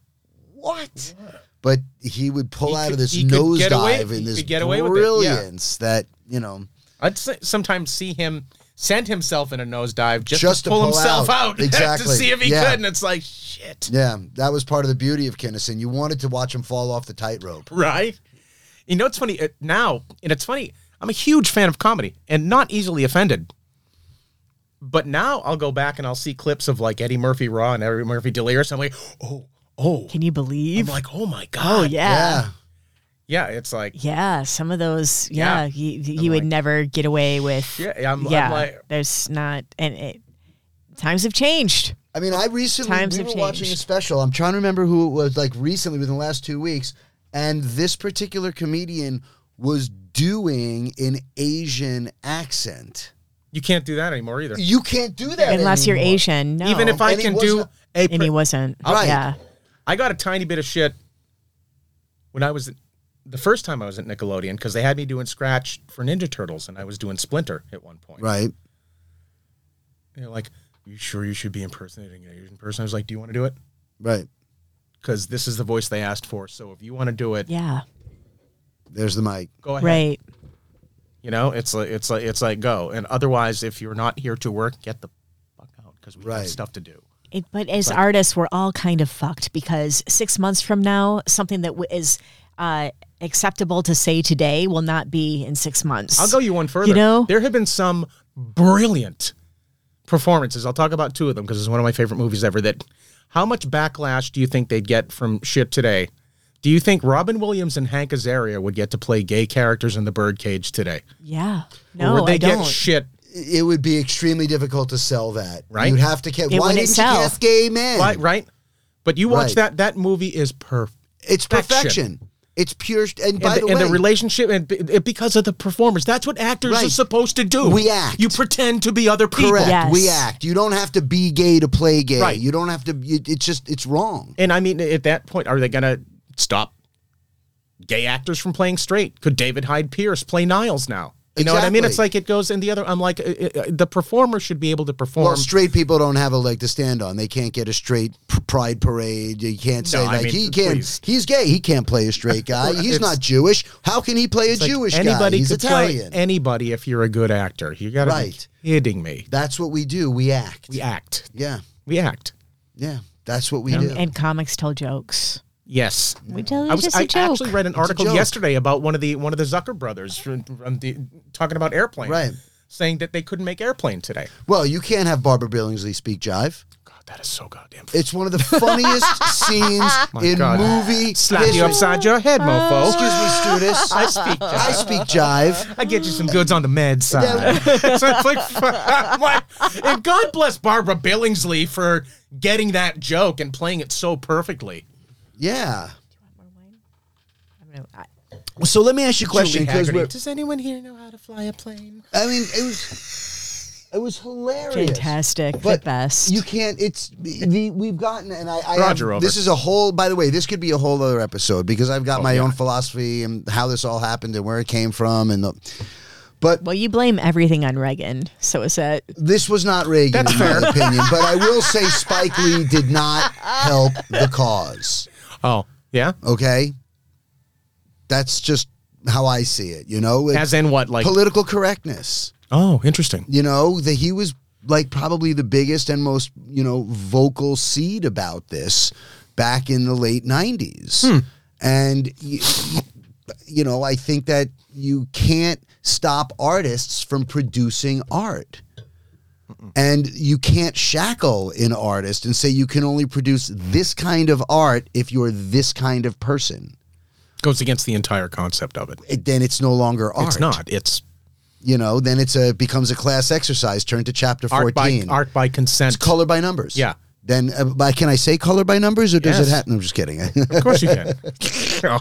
"What?" But he would pull
He
out of
could-
this
he could get away-
nosedive
he
and this
could get away with it, yeah.
brilliance that you know
I'd s- sometimes see him send himself in a nosedive just,
Just to
to pull,
pull
himself out, (laughs)
out.
to
Exactly.
see if he
Yeah.
could, and it's like shit,
Yeah, that was part of the beauty of Kinnison. You wanted to watch him fall off the tightrope.
right? You know, it's funny uh, now, and it's funny. I'm a huge fan of comedy and not easily offended. But now I'll go back and I'll see clips of like Eddie Murphy Raw and Eddie Murphy Delirious. I'm like, oh, oh,
Can you
I'm
believe?
like, oh my
oh
god,
yeah.
Yeah.
yeah. It's like,
Yeah, some of those.
Yeah.
Yeah, you, you would never get away with.
yeah, I'm,
yeah,
I'm like,
there's not, and it, times have changed.
I mean, I recently
Times
we
have
were watching a
changed.
special. I'm trying to remember who it was. Like recently, within the last two weeks, and this particular comedian was doing an Asian accent.
you can't do that anymore either.
You can't do that
Unless you're
anymore.
Asian, no.
Even if I
And he
can
was
do
not-
a
and
per-
he wasn't,
Right.
yeah,
I got a tiny bit of shit when I was the first time I was at Nickelodeon because they had me doing scratch for Ninja Turtles and I was doing Splinter at one point.
Right.
They're like, "You sure you should be impersonating an Asian person?" I was like, "Do you want to do it?"
Right.
Because this is the voice they asked for. So if you want to do it,
yeah,
There's the mic.
go ahead.
right.
You know, it's like it's like it's like go. And otherwise, if you're not here to work, get the fuck out because we got
Right.
stuff to do.
It, but as artists, we're all kind of fucked because six months from now, something that w- is uh, acceptable to say today will not be in six months.
I'll go you one further.
know?
there have been some brilliant performances. I'll talk about two of them because it's one of my favorite movies ever. That how much backlash do you think they'd get from shit today? Do you think Robin Williams and Hank Azaria would get to play gay characters in The Birdcage today?
Yeah,
Or
no,
would they
I
get
don't.
shit
it would be extremely difficult to sell that.
Right.
You'd have to cast.
It
Why
wouldn't
didn't you
sell.
cast gay men?
Right, right. But you watch
Right.
that that movie is perfect.
It's perfection. It's pure. sh- And, by
and,
the,
the, and
way,
the relationship and b- it- because of the performers that's what actors are
Right.
supposed to do
We act.
you pretend to be other people
correct.
Yes.
We act. You don't have to be gay to play gay.
Right.
You don't have to. You, it's just it's wrong.
and i mean at that point are they gonna stop gay actors from playing straight could david hyde pierce play niles now you know what i mean it's
Exactly.
like it goes in the other i'm like uh, uh, uh, the performer should be able to perform
Well, straight people don't have a leg to stand on. They can't get a straight p- pride parade. You can't say
No, I
like
mean,
he can't.
please.
He's gay. He can't play a straight
(laughs)
guy. He's not Jewish. How can he play a
Like,
Jewish guy?
anybody
He's
could
Italian.
play anybody if you're a good actor you gotta
Right.
be kidding me
That's what we do. We act.
we act
Yeah,
we act
yeah. That's what we do.
And comics tell jokes.
yes
We tell
I
you
was
just
I
a joke.
actually read an article
joke.
yesterday about one of the one of the Zucker brothers from, from the, talking about airplanes,
Right.
Saying that they couldn't make airplane today.
Well, you can't have Barbara Billingsley speak jive.
God, that is so goddamn. F-
It's one
(laughs)
of the funniest scenes in
God.
movie
Slap
history.
you upside your head,
Oh,
mofo.
Excuse me, Studis.
(laughs) I
(laughs)
speak.
I
I,
speak jive.
I get you some goods on the med side. (laughs) so it's like, (laughs) what? And God bless Barbara Billingsley for getting that joke and playing it so perfectly.
Yeah.
I'm gonna- I-
Oh, So let me ask you a question
Julie
because
Haggerty.
we're-
does anyone here know how to fly a plane?
I mean it was it was hilarious.
Fantastic.
But
the best.
You can't. It's the we've gotten and I. I
Roger, over.
this is a whole. By the way, this could be a whole other episode because I've got my
Oh, yeah.
own philosophy and how this all happened and where it came from and the. But
well, you blame everything on Reagan. So is that
this was not Reagan, in my opinion. But I will say Spike Lee did not help the cause.
Oh yeah.
Okay, that's just how I see it. You know, It-
As in what? Like
political correctness.
oh, interesting.
You know that he was like probably the biggest and most you know vocal seed about this back in the late nineties,
Hmm.
and you, you know I think that you can't stop artists from producing art. And you can't shackle an artist and say you can only produce this kind of art if you're this kind of person.
Goes against the entire concept of it.
It, then it's no longer art.
It's not. It's
you know, then it's a becomes a class exercise. Turn to chapter
art by
fourteen.
art by consent.
color by numbers.
Yeah.
Then, uh, by, can I say color by numbers, or does
Yes.
it happen? I'm just kidding. (laughs)
of course you can. (laughs) Oh,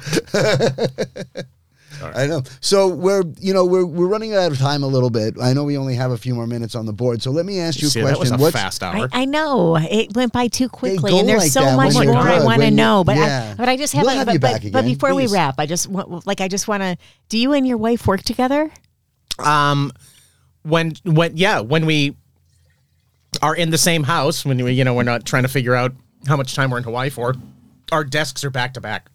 I know. So we're, you know, we're we're running out of time a little bit. I know we only have a few more minutes on the board. So let me ask you,
see,
a
that
question.
was a
What's-
fast
I,
hour.
I know it went by too quickly,
go
and there's
like
so
that
much
when
more
you're
I
good,
want to
when you-
know. But I,
yeah.
but I just have,
We'll
a-
have
but,
you
but,
back
but
again,
before
please.
we wrap, I just want like I just want to. Do you and your wife work together?
Um, when when yeah, when we are in the same house, when we you know we're not trying to figure out how much time we're in Hawaii for, our desks are back to back.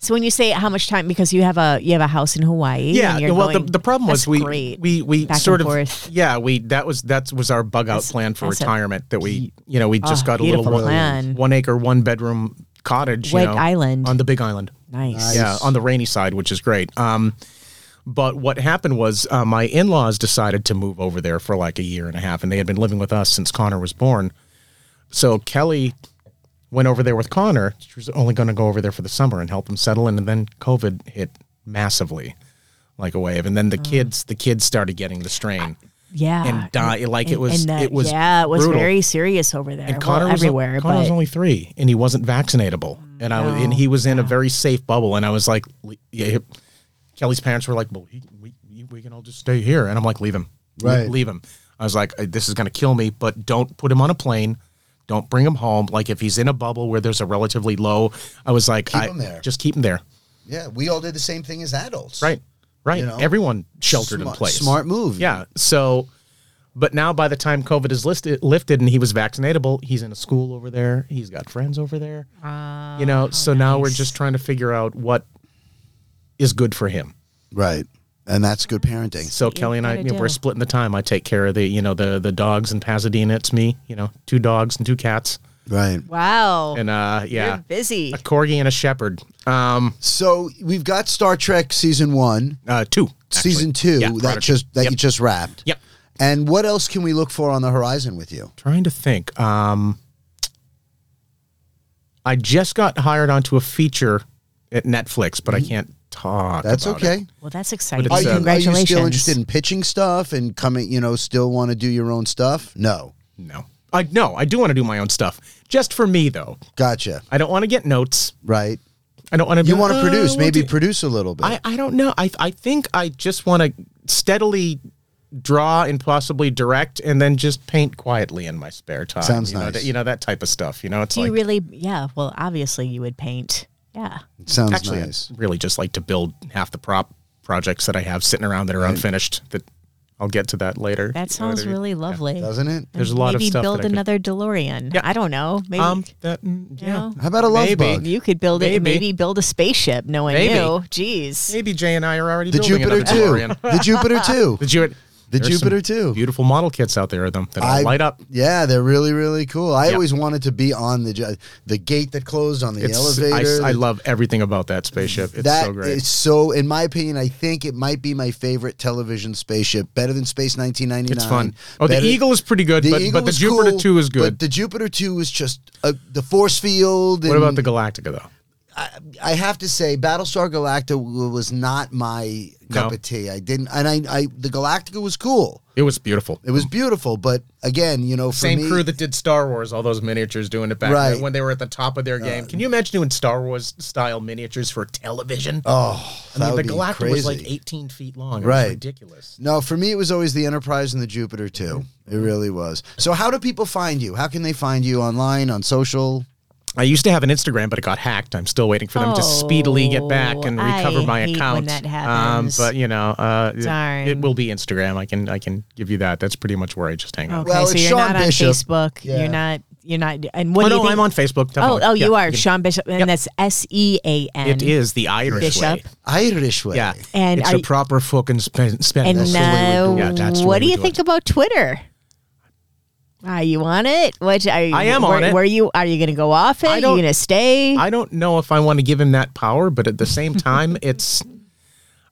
So when you say how much time, because you have a you have a house in Hawaii.
Yeah.
and you're
Well,
going,
the, the problem was
that's
we
great.
we we
Back
sort
and
of
forth.
yeah we that was that was our bug out
That's-
plan for
that's a
retirement that we you know we just
Ah,
got a little
beautiful
one,
plan.
one acre one bedroom cottage you
Wake
know,
Island.
on the Big Island.
nice.
Yeah, on the rainy side, which is great. Um, but what happened was uh, my in laws decided to move over there for like a year and a half, and they had been living with us since Connor was born. So Kelly went over there with Connor. She was only going to go over there for the summer and help them settle in, and then COVID hit massively, like a wave. And then the
Mm.
kids, the kids started getting the strain.
Yeah,
and die- like, it was- it was
uh, yeah, it was
brutal.
very serious over there.
And Connor
well,
was
everywhere,
Connor was
but
only three, and he wasn't vaccinatable, and I was, and he was in a very safe bubble, and I was like, le- yeah, Kelly's parents were like, well, he, we we can all just stay here, and I'm like, leave him, Le-
Right.
leave him. I was like, "Uh, this is gonna kill me, but don't put him on a plane. Don't bring him home. Like if he's in a bubble where there's a relatively low, I was like, I,
him there.
just keep him there.
Yeah, we all did the same thing as adults.
Right, right.
You know?
Everyone sheltered in
Smart,
place.
smart move.
Yeah. So, but now by the time COVID is listed, lifted and he was vaccinatable, he's in a school over there. He's got friends over there.
Ah,
you know, so now we're just trying to figure out what is good for him.
Right. And that's good parenting.
So Kelly and I,
gotta
you know, we're
do.
splitting the time. I take care of the, you know, the the dogs in Pasadena. It's me, you know, two dogs and two cats,
Right.
wow,
and uh, yeah,
you're busy.
a corgi and a shepherd. Um,
So we've got Star Trek season one,
uh, two actually.
season two
Yeah,
that
Prodigy.
just that
Yep.
you just wrapped.
Yep.
And what else can we look for on the horizon with you?
trying to think. Um, I just got hired onto a feature at Netflix, but I can't talk.
Mm-hmm. That's
about
okay.
It.
Well, that's
uh,
exciting.
Are you, are you
Congratulations.
still interested in pitching stuff and coming, you know, still want to do your own stuff? No.
No, I no, I do want to do my own stuff, just for me though.
Gotcha.
I don't want to get notes.
Right.
I don't want to.
You want to produce, maybe
produce.
produce a little bit.
Uh, "Oh, I, I don't know. I I think I just want to steadily draw and possibly direct, and then just paint quietly in my spare time.
Sounds
you Know,
nice.
that, you know that type of stuff. You know, it's
Do
like
you really? Yeah. Well, obviously you would paint. Yeah.
Sounds
actually
nice.
I really just like to build half the prop projects that I have sitting around that are unfinished. That I'll get to that
That
later. You know what
sounds
I mean?
really lovely.
Doesn't it?
There's a lot
Maybe
of stuff.
build
that I could-
another DeLorean. I don't know. Maybe
Um, that mm, yeah.
know?
How about a love
Maybe.
bug?
you could build it.
maybe.
Maybe build a spaceship. No one
Maybe.
knew. Jeez.
Maybe Jay and I are already
the
building
Jupiter
another
two.
DeLorean.
The
(laughs)
Jupiter two.
The Jupiter.
The
There's some
Jupiter two.
Beautiful model kits out there of them that
I-
I'll light up.
Yeah, they're really really cool. I
Yeah.
always wanted to be on the ju- the gate that closed on the
It's, I,
elevator.
I love everything about that spaceship. It's
That
so great.
is so- in my opinion, I think it might be my favorite television spaceship, better than Space 1999.
It's fun. Oh, the
Better-
Eagle is pretty good, but,
Eagle
but the
was
Jupiter
cool,
2 is
But
good.
the Jupiter 2 is just uh, the force field.
what
and-
about the Galactica, though?
I have to say, Battlestar Galactica w- was not my cup
No.
of tea. I didn't, and I, I, the Galactica was cool.
It was beautiful.
It was beautiful, but again, you know, for
Same
me,
crew that did Star Wars, all those miniatures doing it back
Right. Uh,
then when they were at the top of their game. Can you imagine doing Star Wars style miniatures for television?
oh,
I mean,
that
the
would be
Galactica
crazy.
was like 18 feet long. It
Right.
was ridiculous.
No, for me, it was always the Enterprise and the Jupiter too.
Mm-hmm.
It really was. So, how do people find you? How can they find you online on social?
I used to have an Instagram, but it got hacked. I'm still waiting for them to speedily get back and
Oh,
recover
I
my
hate when
account. Um,
that happens.
but you know, uh, it-
Darn.
it will be Instagram. I can I can give you that. That's pretty much where I just hang out.
Okay,
Well,
so
it's
you're
Sean
not on
Bishop.
Facebook.
Yeah.
You're not. You're not. And what
oh
do you
no,
think?
I'm on Facebook.
Oh,
Definitely.
oh, you
Yeah,
are
can-
Sean Bishop, and that's S E A N.
It is the Irish way.
Bishop.
Irish way.
Yeah,
And
it's
are
a
you-
proper fucking spend. spend
And now, what do you think
It.
about Twitter? Are you on it? What are you,
I am
where,
on it.
Where you are you going to go off it?
I
Are you
don't-
going to stay?
I don't know if I want to give him that power, but at the (laughs) same time, it's.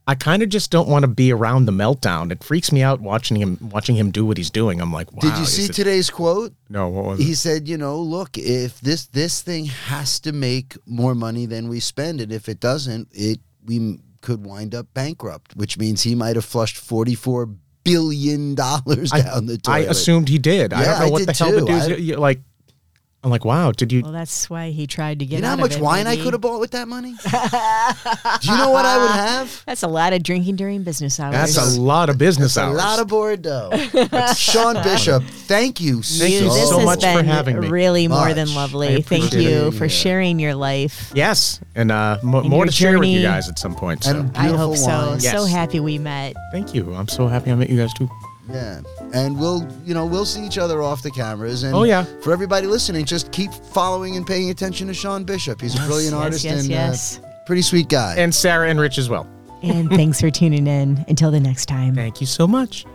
I kind of just don't want to be around the meltdown. It freaks me out watching him watching him do what he's doing. I'm like, wow.
Did you
is
see
it- Mm-hmm.
today's quote?
No, what was
He
it?
said, you know, look, if this this thing has to make more money than we spend, and if it doesn't, it we m- could wind up bankrupt, which means he might have flushed forty four billion dollars down the
I
toilet.
assumed he did. I
Yeah,
don't know
I
what the
did
hell
too.
the dude's
I-
you- you- like. I'm like, wow. Did you?
well, that's why he tried to get.
You know how
out of
much
it,
wine I
maybe.
could have bought with that money? Do you know what I would have?
That's a lot of drinking during business hours.
That's a lot of business
A
hours.
lot of Bordeaux.
(laughs)
Sean Bishop, thank you so,
You- this
so
has
much for
been
having me.
Really, more than
Much.
lovely.
I
Thank
appreciate
you
it.
for sharing your life.
yes, and uh, mo- more
your
to share with you
journey.
guys at some point. So.
And-
I hope
Beautiful
so.
wine.
So
Yes.
happy we met.
Thank you. I'm so happy I met you guys too.
Yeah, and we'll you know we'll see each other off the cameras. And
Oh, yeah.
for everybody listening, just keep following and paying attention to Sean Bishop. He's a brilliant
yes,
artist
yes,
and uh,
yes.
pretty sweet guy.
And Sarah and Rich as well. (laughs)
And thanks for tuning in. Until the next time.
Thank you so much.